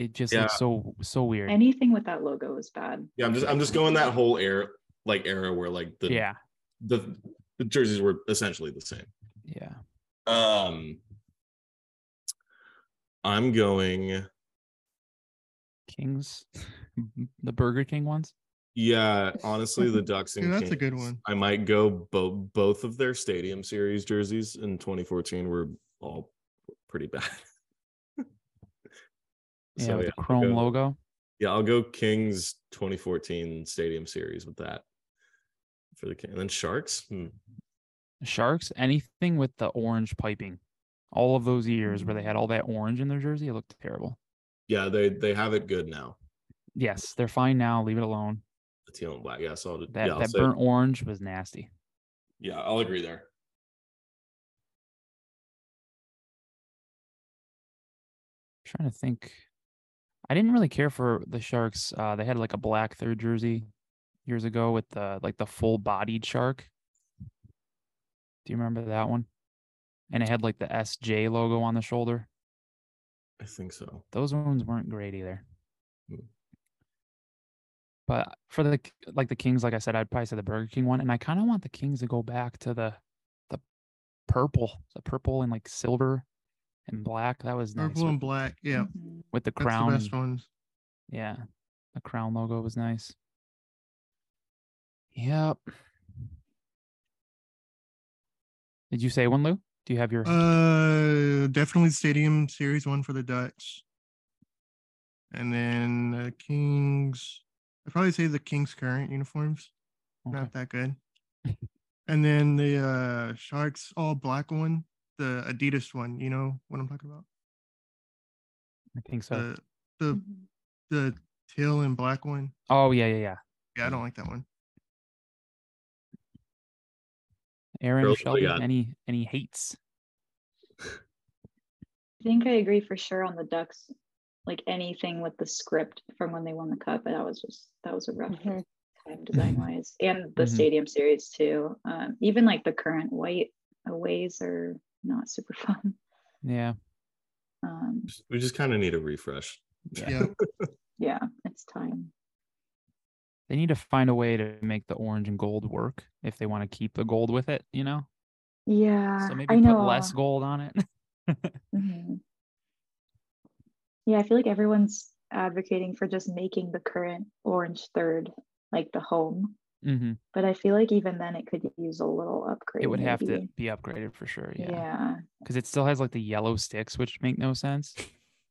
S2: It just looked
S4: Yeah.
S2: so so weird.
S3: Anything with that logo is bad.
S4: Yeah, I'm just. I'm just going that whole era, like era where like the
S2: yeah.
S4: the, the jerseys were essentially the same.
S2: Yeah.
S4: Um, I'm going.
S2: Kings. the Burger King ones.
S4: Yeah, honestly, the Ducks and
S6: Yeah, that's a good
S4: Kings,
S6: one.
S4: I might go both both of their Stadium Series jerseys in 2014 were all pretty bad.
S2: Yeah,
S4: So,
S2: with
S4: yeah,
S2: the chrome
S4: go-
S2: logo.
S4: yeah, I'll go Kings 2014 Stadium Series with that for the King. And then Sharks. hmm.
S2: Sharks, anything with the orange piping. All of those years
S4: Mm.
S2: where they had all that orange in their jersey, it looked terrible.
S4: Yeah, they they have it good now.
S2: Yes, they're fine now. Leave it alone.
S4: The teal and black. Yeah, so I'll,
S2: That
S4: yeah, I'll
S2: that
S4: say-
S2: burnt orange was nasty.
S4: yeah, I'll agree there.
S2: trying to think. I didn't really care for the Sharks. Uh, they had like a black third jersey years ago with the like the full bodied shark. Do you remember that one? And it had like the SJ logo on the shoulder.
S4: I think so.
S2: Those ones weren't great either.
S6: Hmm.
S4: Mm.
S2: But for the K- like the Kings, like I said, I'd probably say the Burger King one. And I kind of want the Kings to go back to the the purple, the purple and like silver and black. That was nice
S6: Purple
S2: with,
S6: and black. Yeah,
S3: Mhm.
S2: with the
S6: that's
S2: crown.
S6: the
S2: and-
S6: best ones.
S2: yeah. The crown logo was nice. Yep. Did you say one, Lou? Do you have your
S6: Uh, definitely Stadium Series one for the Dutch, and then uh, Kings. I'd probably say the Kings current uniforms,
S2: okay.
S6: not that good. And then the uh, Sharks all black one, the Adidas one. You know what I'm talking about?
S2: I think so.
S6: Uh, the
S3: Mm-hmm.
S6: the the teal and black one.
S2: oh yeah, yeah, yeah.
S6: Yeah, I don't like that one.
S2: Aaron
S4: Girls, what do you
S2: Sheldon,
S4: got?
S2: any any hates?
S3: I think I agree for sure on the Ducks. Like anything with the script from when they won the cup, that was just that was a rough
S5: Mhm.
S3: time design wise, and the
S2: Mhm.
S3: stadium series too. Um, even like the current white aways are not super fun.
S2: Yeah.
S3: Um,
S4: We just kind of need a refresh.
S2: Yeah.
S6: yeah.
S3: yeah, it's time.
S2: They need to find a way to make the orange and gold work if they want to keep the gold with it, you know?
S3: Yeah.
S2: so maybe
S3: Ah, I
S2: put
S3: know.
S2: less gold on it.
S3: Mhm. Yeah, I feel like everyone's advocating for just making the current orange third like the home,
S2: hmm
S3: but I feel like even then it could use a little upgrade.
S2: It would have to
S3: maybe.
S2: be upgraded for sure. Yeah.
S3: Yeah.
S2: Because it still has like the yellow sticks, which make no sense.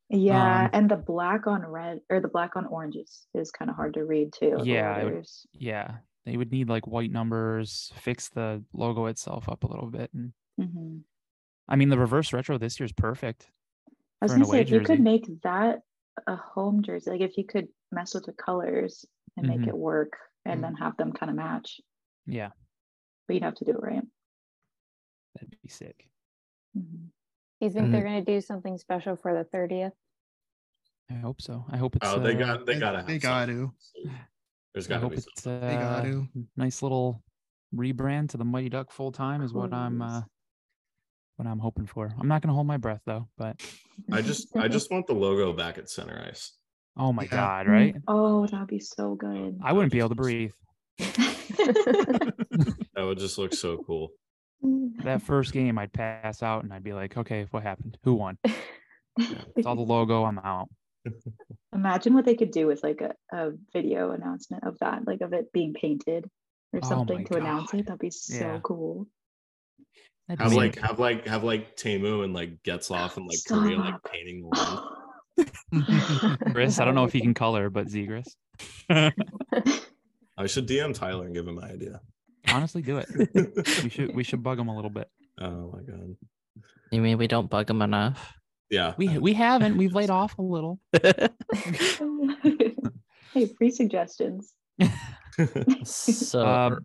S3: Yeah,
S2: Um,
S3: and the black on red or the black on oranges is kind of hard to read too. the
S2: Yeah, I would-
S3: letters.
S2: Yeah. They would need like white numbers, fix the logo itself up a little bit. And
S3: Mhm.
S2: I mean, the reverse retro this year is perfect.
S3: I was
S2: for an
S3: gonna say
S2: away
S3: if you
S2: jersey.
S3: could make that a home jersey, like if you could mess with the colors and
S2: Mhm.
S3: make it work, and
S2: Mhm.
S3: then have them kind of match,
S2: Yeah.
S3: but you'd have to do it right.
S2: That'd be sick.
S3: Mhm.
S5: Do you think
S7: And
S6: Mm-hmm.
S5: they're gonna do something special for the thirtieth?
S2: I hope so. I hope it's.
S4: Oh, they
S2: uh,
S4: got they
S6: They-
S4: gotta have
S6: they gotta.
S4: something. There's
S2: I
S4: gotta
S2: hope
S4: be something.
S2: it's uh,
S6: gotta.
S2: nice little rebrand to the Mighty Duck full time is what I'm
S3: Please.
S2: uh, what I'm hoping for. I'm not gonna hold my breath though, but
S4: I just I just want the logo back at center ice.
S2: oh my
S6: Yeah. Mm-hmm.
S2: god,
S3: Mm,
S2: right?
S3: Oh, that'd be so good.
S2: I wouldn't be
S4: just
S2: able to breathe.
S4: That would just look so cool.
S3: Mm.
S2: That first game, I'd pass out and I'd be like, okay, what happened? Who won? It's all the logo. I'm out.
S3: Imagine what they could do with like a, a video announcement of that, like of it being painted or
S2: Oh my
S3: something to announce
S2: God.
S3: it. That'd be so
S2: Yeah.
S3: cool.
S2: That'd
S4: Have
S2: be
S4: like
S2: sick.
S4: have like have like Tamu and like gets off and like Korea like
S3: Stop.
S4: painting the lens.
S2: Chris. I don't know if he can color, but Zegris.
S4: I should DM Tyler and give him my idea.
S2: Honestly, do it. We should we should bug him a little bit.
S4: oh my god.
S7: You mean we don't bug them enough?
S4: Yeah.
S2: We we haven't. We've laid off a little.
S3: hey, free suggestions.
S7: so
S2: Um,
S7: R-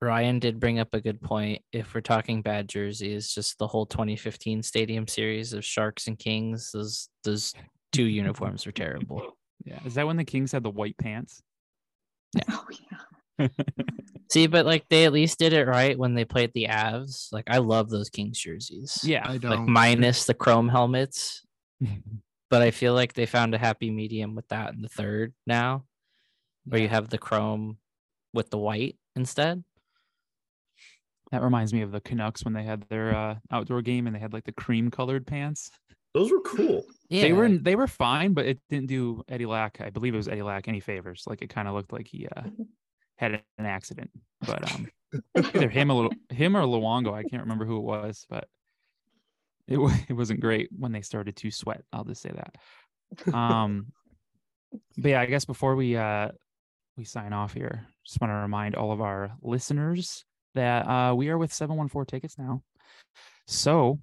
S7: Ryan did bring up a good point. If we're talking bad jerseys, just the whole 2015 Stadium Series of Sharks and Kings, those those two uniforms were terrible.
S2: Yeah. Is that when the Kings had the white pants?
S3: Oh yeah.
S7: See, but like they at least did it right when they played the Avs. Like I love those Kings jerseys.
S2: Yeah.
S6: I
S7: Like
S6: don't.
S7: minus the chrome helmets, but I feel like they found a happy medium with that in the third now, where you have the chrome with the white instead.
S2: That reminds me of the Canucks when they had their uh, outdoor game and they had like the cream colored pants.
S4: Those were cool.
S7: Yeah,
S2: They were they were fine, but it didn't do Eddie Lack. I believe it was Eddie Lack any favors. Like it kind of looked like he uh, had an accident. But um, either him a little him or Luongo. I can't remember who it was, but it wa- it wasn't great when they started to sweat. I'll just say that. Um, but yeah, I guess before we uh we sign off here, just want to remind all of our listeners that uh we are with seven one four tickets now. So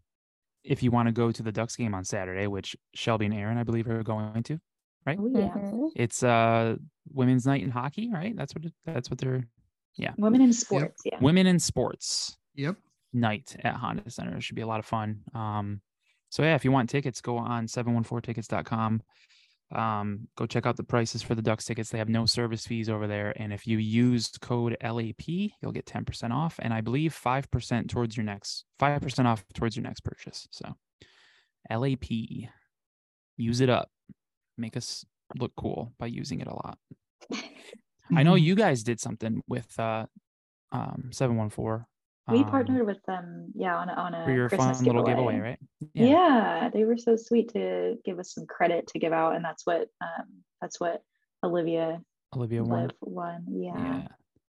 S2: if you want to go to the Ducks game on Saturday, which Shelby and Aaron, I believe, are going to,
S3: Oh yeah.
S5: Mhm.
S2: it's uh women's night in hockey, right? That's what it, that's what they're
S3: Women in sports, yeah.
S2: women in sports
S6: Yep.
S2: night at Honda Center. It should be a lot of fun. Um, so yeah, if you want tickets, go on 714tickets.com. Um, go check out the prices for the Ducks tickets. They have no service fees over there. And if you use code LAP, you'll get 10% off and I believe 5% towards your next 5% off towards your next purchase. So LAP, use it up. Make us look cool by using it a lot. I
S3: Mm-hmm.
S2: know
S6: Mm-hmm.
S2: you guys did something with uh um 714.
S3: We
S2: um,
S3: partnered with them, yeah, on a on a
S2: for your
S3: Uh, Christmas
S2: fun little giveaway, right?
S3: Yeah. they were so sweet to give us some credit to give out, and that's what um that's what Olivia
S2: Olivia won.
S3: Live won. Yeah. mm-hmm.
S2: Yeah.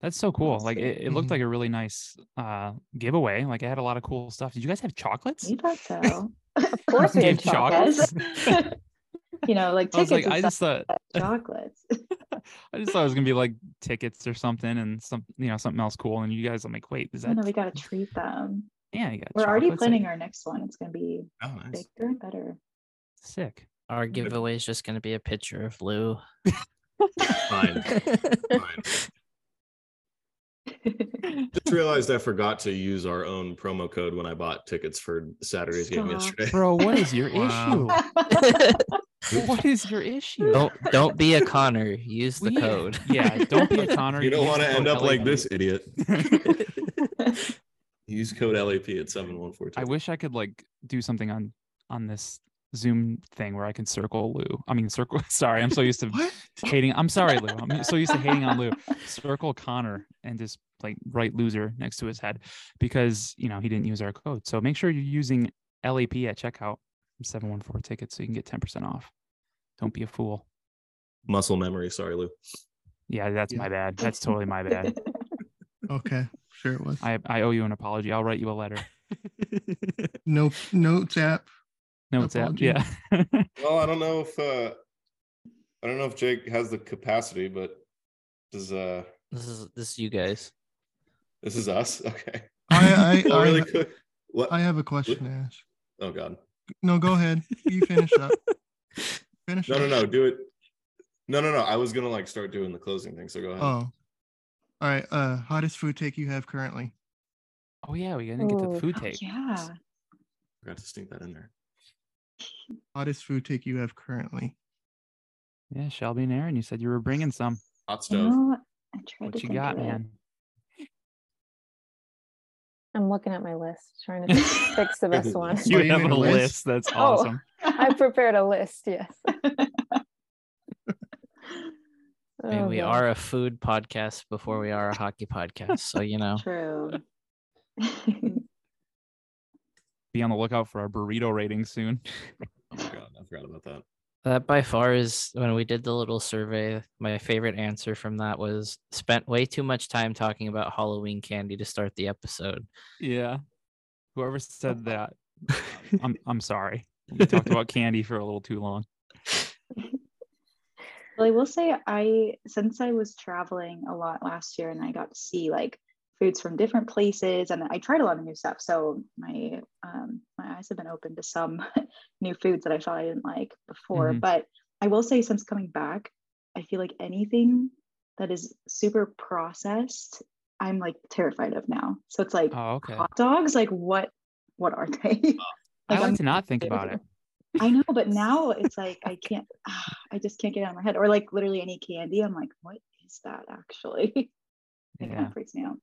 S2: That's so cool.
S3: was
S2: Like it, it
S6: Mhm.
S2: looked like a really nice uh giveaway. Like it had a lot of cool stuff. Did you guys have chocolates?
S3: we thought so.
S5: Of course we
S2: You
S5: had
S2: had
S5: chocolates.
S3: you know, like
S2: I was
S3: tickets
S2: like,
S3: and
S2: I
S3: stuff,
S2: just thought
S3: but chocolates.
S2: I just thought it was gonna be like tickets or something and some you know, something else cool. And you guys I'm like, wait, is
S3: I
S2: that
S3: know we gotta treat them.
S2: yeah, you got
S3: We're already
S2: chocolates, like,
S3: planning our next one. It's gonna be
S4: Oh nice.
S3: bigger and better.
S2: sick.
S7: Our giveaway is just going to be a picture of Lou.
S4: Fine. Fine. Just realized I forgot to use our own promo code when I bought tickets for Saturday's game
S3: Stop.
S4: yesterday.
S2: Bro, what is your
S6: Wow.
S2: issue? What is your issue?
S7: don't don't be a Connor. Use the
S2: We-
S7: code.
S2: Yeah, don't be a Connor.
S4: You don't
S2: use
S4: want to
S2: the
S4: end
S2: code
S4: up like
S2: LAP.
S4: this idiot. Use code LAP at 714.
S2: I wish I could like do something on on this Zoom thing where I can circle Lou. I mean, circle. Sorry, I'm so used to
S6: What?
S2: hating. I'm sorry, Lou. I'm so used to hating on Lou. Circle Connor and just like right loser next to his head because you know he didn't use our code. So make sure you're using LAP at checkout, seven one four tickets, so you can get ten percent off. Don't be a fool.
S8: Muscle memory. Sorry, Lou.
S2: Yeah, that's my bad. That's totally my bad.
S6: Okay, sure it was.
S2: I I owe you an apology. I'll write you a letter.
S6: No notes app.
S2: No, it's out. Yeah.
S4: Well, I don't know if uh I don't know if Jake has the capacity, but this is uh
S7: This is this is you guys.
S4: this is us. Okay.
S6: I I,
S4: Well,
S6: I,
S4: really quick. What?
S6: I have a question to ask.
S4: oh God.
S6: No, go ahead. You finish up. Finish
S4: No,
S6: up.
S4: no, no. Do it. No, no, no. I was gonna like start doing the closing thing. So go ahead.
S6: Oh. All right. Uh, hottest food take you have currently?
S2: oh yeah, we didn't get to the
S5: Ooh,
S2: food
S3: Oh,
S2: take.
S3: yeah.
S4: Forgot to sneak that in there.
S6: Hottest food take you have currently?
S2: Yeah, Shelby and Aaron, you said you were bringing some.
S4: Hot
S3: You
S6: Oh.
S4: stove.
S3: know, I tried to
S2: What you
S3: think
S2: got,
S3: of it.
S2: man?
S5: I'm looking at my list, trying to fix the best one.
S2: Oh,
S6: You have a list?
S2: That's
S5: Oh. I prepared a list. Yes.
S7: I mean,
S5: Oh,
S7: we
S5: boy.
S7: are a food podcast before we are a hockey podcast. So you know.
S3: True.
S2: Be on the lookout for our burrito rating soon.
S4: Oh my God, I forgot about that.
S7: That by far is when we did the little survey. My favorite answer from that was spent way too much time talking about Halloween candy to start the episode.
S2: Yeah. Whoever said that, Oh. I'm I'm sorry. We talked about candy for a little too long.
S3: Well, I will say I since I was traveling a lot last year and I got to see like foods from different places and I tried a lot of new stuff. So my um, my eyes have been open to some new foods that I thought I didn't like before.
S2: Mhm.
S3: But I will say since coming back, I feel like anything that is super processed, I'm like terrified of now. So it's like
S2: Oh, okay.
S3: hot dogs, like what what are they?
S2: I
S3: I'm-
S2: like to not think about it.
S3: I know, but now it's like I can't. ah, I just can't get it out of my head. Or like literally any candy, I'm like, what is that actually? It kind
S2: Yeah.
S3: of freaks me out.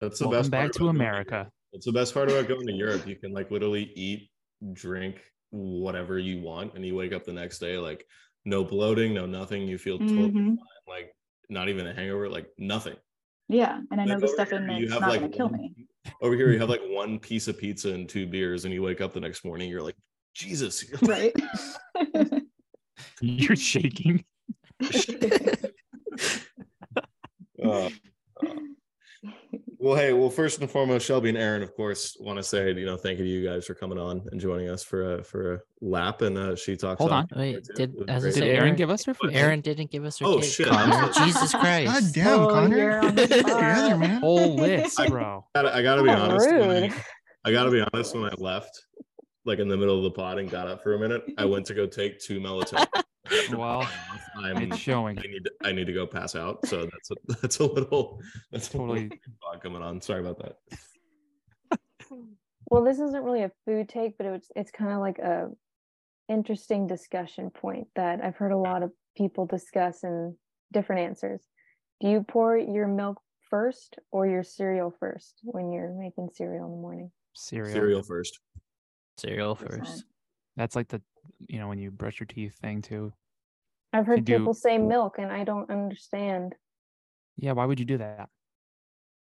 S4: That's the
S2: Welcome
S4: best.
S2: back
S4: part
S2: to
S4: about going
S2: America.
S4: That's the best part about going to Europe. You can like literally eat, drink whatever you want, and you wake up the next day like no bloating, no nothing. You feel totally
S6: Mm-hmm.
S3: Mhm.
S4: like not even a hangover, like nothing.
S3: Yeah, and I know
S4: Like,
S3: the
S4: over
S3: stuff
S4: here,
S3: in
S4: you
S3: it's
S4: have,
S3: not
S4: like,
S3: gonna kill
S4: one-
S3: me.
S4: Over here, you have like one piece of pizza and two beers, and you wake up the next morning, you're like, Jesus, you're
S3: Right.
S4: like,
S2: You're shaking.
S4: uh, well, hey, well, first and foremost, Shelby and Aaron, of course, want to say you know thank you to you guys for coming on and joining us for a for a lap and uh, she talks.
S2: Hold on.
S7: Wait, did- as I
S2: Did
S7: said,
S2: Aaron
S7: Aaron-
S2: give us her food?
S7: Aaron didn't give us her
S4: Oh,
S7: cake,
S4: shit, I'm
S7: Connor.
S4: so-
S7: Jesus
S6: God
S7: Christ.
S6: damn,
S3: Oh,
S6: Connor.
S3: you're on the
S6: Get it together,
S3: spot.
S6: man.
S2: Whole list, bro.
S4: I gotta, I gotta be
S5: How
S4: honest. when I-
S5: rude.
S4: I gotta be honest, when I left, like in the middle of the pod and got up for a minute, I went to go take two melatonin.
S2: Well,
S4: I'm,
S2: It's
S4: I
S2: showing.
S4: need I need to go pass out. So that's a, that's a little that's
S2: Totally.
S4: totally pod coming on. Sorry about that.
S5: Well, this isn't really a food take, but it's it's kind of like a interesting discussion point that I've heard a lot of people discuss in different answers. Do you pour your milk first or your cereal first when you're making cereal in the morning?
S2: Cereal.
S4: Cereal first.
S7: Cereal
S3: Percent.
S7: first.
S2: That's like the you know when you brush your teeth thing too.
S5: I've heard
S2: do-
S5: people say milk and I don't understand.
S2: Yeah, why would you do that?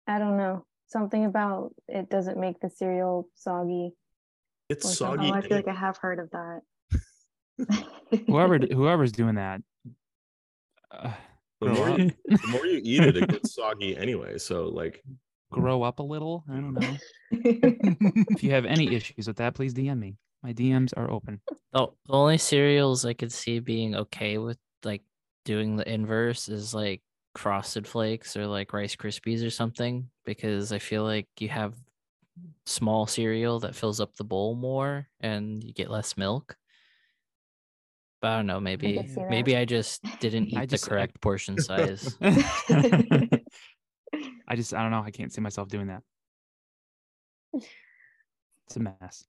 S5: I don't know. Something about it doesn't make the cereal soggy.
S4: It's
S5: Or
S3: Oh,
S5: something.
S4: soggy.
S3: I feel like
S4: anyway.
S3: I have heard of that.
S2: Whoever d- whoever's doing that. Uh,
S4: The
S2: grow
S4: more,
S2: up.
S4: you, the more you eat it, it gets soggy anyway. So like
S2: grow up a little. I don't know. If you have any issues with that, please DM me. My DMs are open.
S7: The the only cereals I could see being okay with like doing the inverse is like frosted flakes or like rice krispies or something because I feel like you have small cereal that fills up the bowl more and you get less milk. But I don't know, maybe
S5: see that.
S7: maybe I just didn't eat
S2: I just-
S7: the
S2: I-
S7: correct portion size.
S2: I just I don't know. I can't see myself doing that. It's a mess.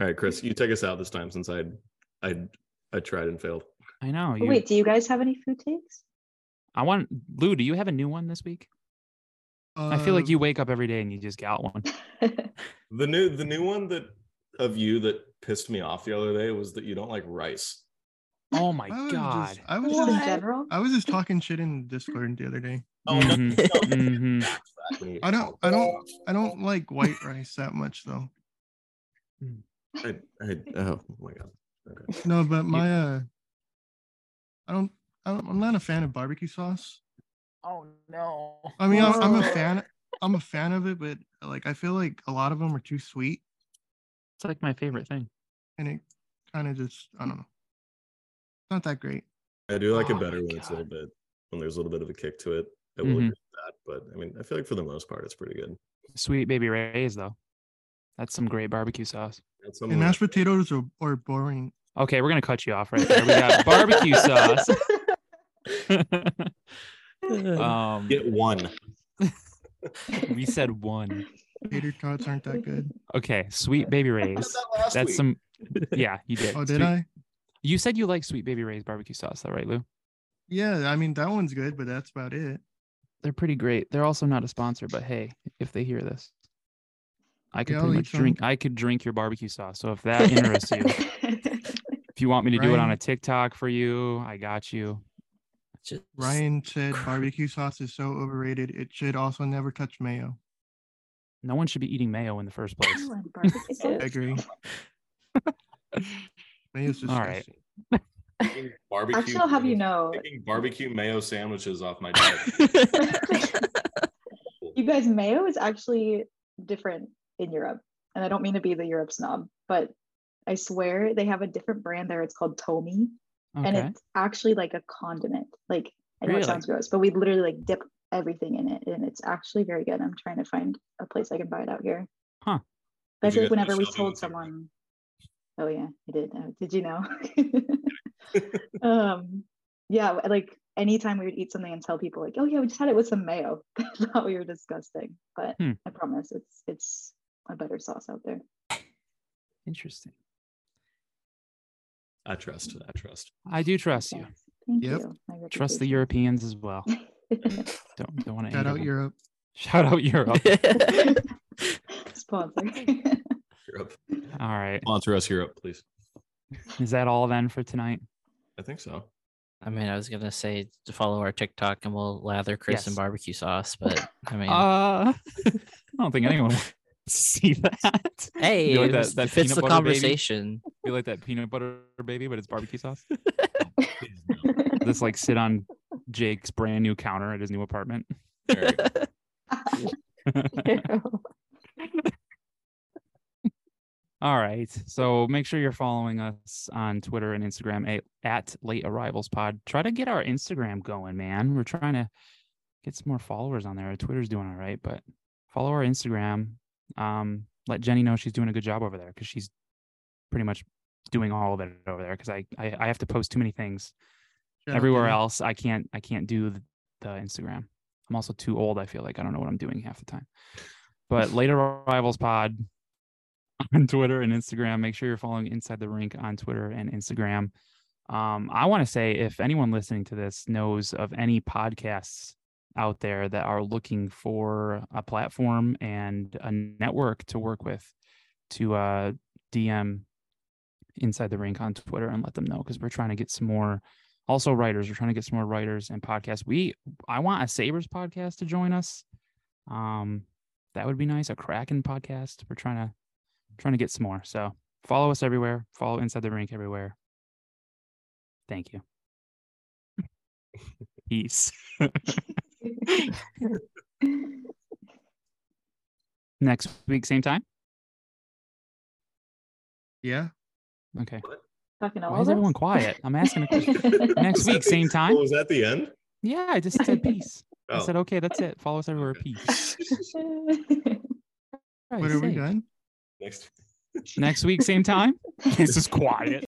S4: all right, Chris, you take us out this time since I I I tried and failed.
S2: I know. You,
S3: Wait, do you guys have any food takes?
S2: I want Lou. Do you have a new one this week? I feel like
S6: Um,
S2: you wake up every day and you just got one.
S4: The new the new one that of you that pissed me off the other day was that you don't like rice.
S2: Oh my
S6: I was
S2: god.
S6: Just, I was
S3: Just in
S6: just,
S3: general.
S6: I was just talking shit in Discord the other day.
S9: Oh, no,
S2: Mhm,
S9: no.
S2: mhm.
S6: I don't I don't I don't like white rice that much though.
S4: I, I, oh my god. Okay.
S6: No, but my uh I don't I don't I'm not a fan of barbecue sauce.
S2: Oh no.
S6: I mean I'm, I'm a
S3: Whoa.
S6: fan I'm a fan of it, but like I feel like a lot of them are too sweet
S2: It's like my favorite thing.
S6: and it kind of just I don't know. Not that great.
S4: I do like
S2: Oh
S4: it better
S2: my
S4: when it's a
S2: God.
S4: little bit when there's a little bit of a kick to it. I will
S2: Mhm.
S4: agree with that, but I mean, I feel like for the most part, it's pretty good.
S2: Sweet baby Ray's though. That's some great barbecue sauce.
S4: That's
S6: And
S4: something
S6: mashed
S4: that-
S6: potatoes are, are boring.
S2: Okay, we're gonna cut you off right there. We got barbecue sauce.
S7: Uh,
S2: um,
S4: Get one.
S2: we said one.
S6: Tater tots aren't that good.
S2: Okay, sweet baby Ray's.
S9: last
S2: That's some. Yeah, you did.
S6: Oh, did
S2: Sweet-
S6: I?
S2: You said you like sweet baby Ray's barbecue sauce, though, right, Lou?
S6: Yeah, I mean that one's good, but that's about it.
S2: They're pretty great. They're also not a sponsor, but hey, if they hear this, I could
S6: Yeah, I'll
S2: pretty
S6: eat
S2: much
S6: some.
S2: drink. I could drink your barbecue sauce. So if that interests you, if you want me to do it on
S6: Ryan.
S2: a TikTok for you, I got you.
S7: Just
S6: Ryan said
S7: cr-
S6: barbecue sauce is so overrated. It should also never touch mayo.
S2: No one should be eating mayo in the first place.
S3: Oh, and barbecue sauce.
S6: I agree. Mayo's
S2: All
S6: disgusting.
S2: right.
S9: Making barbecue.
S3: Actually, I'll have you know,
S9: Making barbecue mayo sandwiches off my diet.
S3: you guys, mayo is actually different in Europe. And I don't mean to be the Europe snob, but I swear they have a different brand there. It's called Tomi.
S2: Okay.
S3: and it's actually like a condiment. Like I know
S2: Really?
S3: it sounds gross, but we literally like dip everything in it, and it's actually very good. I'm trying to find a place I can buy it out here.
S2: Huh.
S3: But I
S9: Did
S3: feel
S9: you
S3: like
S9: guys know
S3: whenever we
S9: Salvino's
S3: told
S9: favorite?
S3: someone, oh yeah, I did. Uh, did you know? um, yeah, w- like anytime we would eat something and tell people like, oh yeah, we just had it with some mayo. they thought we were disgusting, but
S2: Hmm.
S3: I promise it's it's a better sauce out there.
S2: Interesting.
S4: I trust. I trust.
S2: I do trust you.
S3: Yes. Thank
S6: Yep.
S3: you. My
S2: Trust the
S3: reputation.
S2: Europeans as well. Don't don't want to
S6: Shout out Europe.
S2: Shout out Europe.
S3: Sponsor.
S4: Europe.
S2: All right.
S4: Sponsor us, Europe, please.
S2: Is that all then for tonight?
S4: I think so.
S7: I mean, I was gonna say to follow our TikTok and we'll lather Chris in
S2: Yes.
S7: barbecue sauce, but I mean,
S2: Uh, I don't think anyone wants to see that.
S7: hey,
S2: you like
S7: it
S2: that-
S7: was-
S2: that
S7: it fits
S2: peanut
S7: the
S2: butter baby?
S7: conversation.
S2: You like that peanut butter baby, but it's barbecue sauce. Just like sit on Jake's brand new counter at his new apartment.
S4: There you go.
S2: All right. So make sure you're following us on Twitter and Instagram at, at Late Arrivals Pod. Try to get our Instagram going, man. We're trying to get some more followers on there. Our Twitter's doing all right, but follow our Instagram. Um, let Jenny know she's doing a good job over there because she's pretty much doing all of it over there because I, I I have to post too many things
S6: Shout out
S2: everywhere
S6: Europe.
S2: else i can't i can't do the, the instagram i'm also too old i feel like i don't know what i'm doing half the time but later rivals pod on twitter and instagram make sure you're following inside the rink on twitter and instagram um, i want to say if anyone listening to this knows of any podcasts out there that are looking for a platform and a network to work with to uh, dm inside the rink on twitter and let them know because we're trying to get some more also writers we're trying to get some more writers and podcasts we i want a sabres podcast to join us um that would be nice a kraken podcast we're trying to trying to get some more so follow us everywhere follow inside the rink everywhere thank you peace next week same time
S6: Yeah.
S2: okay
S3: Fucking all
S2: why
S3: of
S2: is everyone
S3: us?
S2: quiet i'm asking a question next
S4: Was that
S2: week
S4: the-
S2: same time
S4: Oh, was that the end?
S2: yeah i just said peace i
S4: Oh.
S2: said okay that's it follow us everywhere peace
S9: Oh.
S6: What
S2: Christ's
S6: are we
S2: sake.
S6: done?
S4: Next.
S2: next week same time this is quiet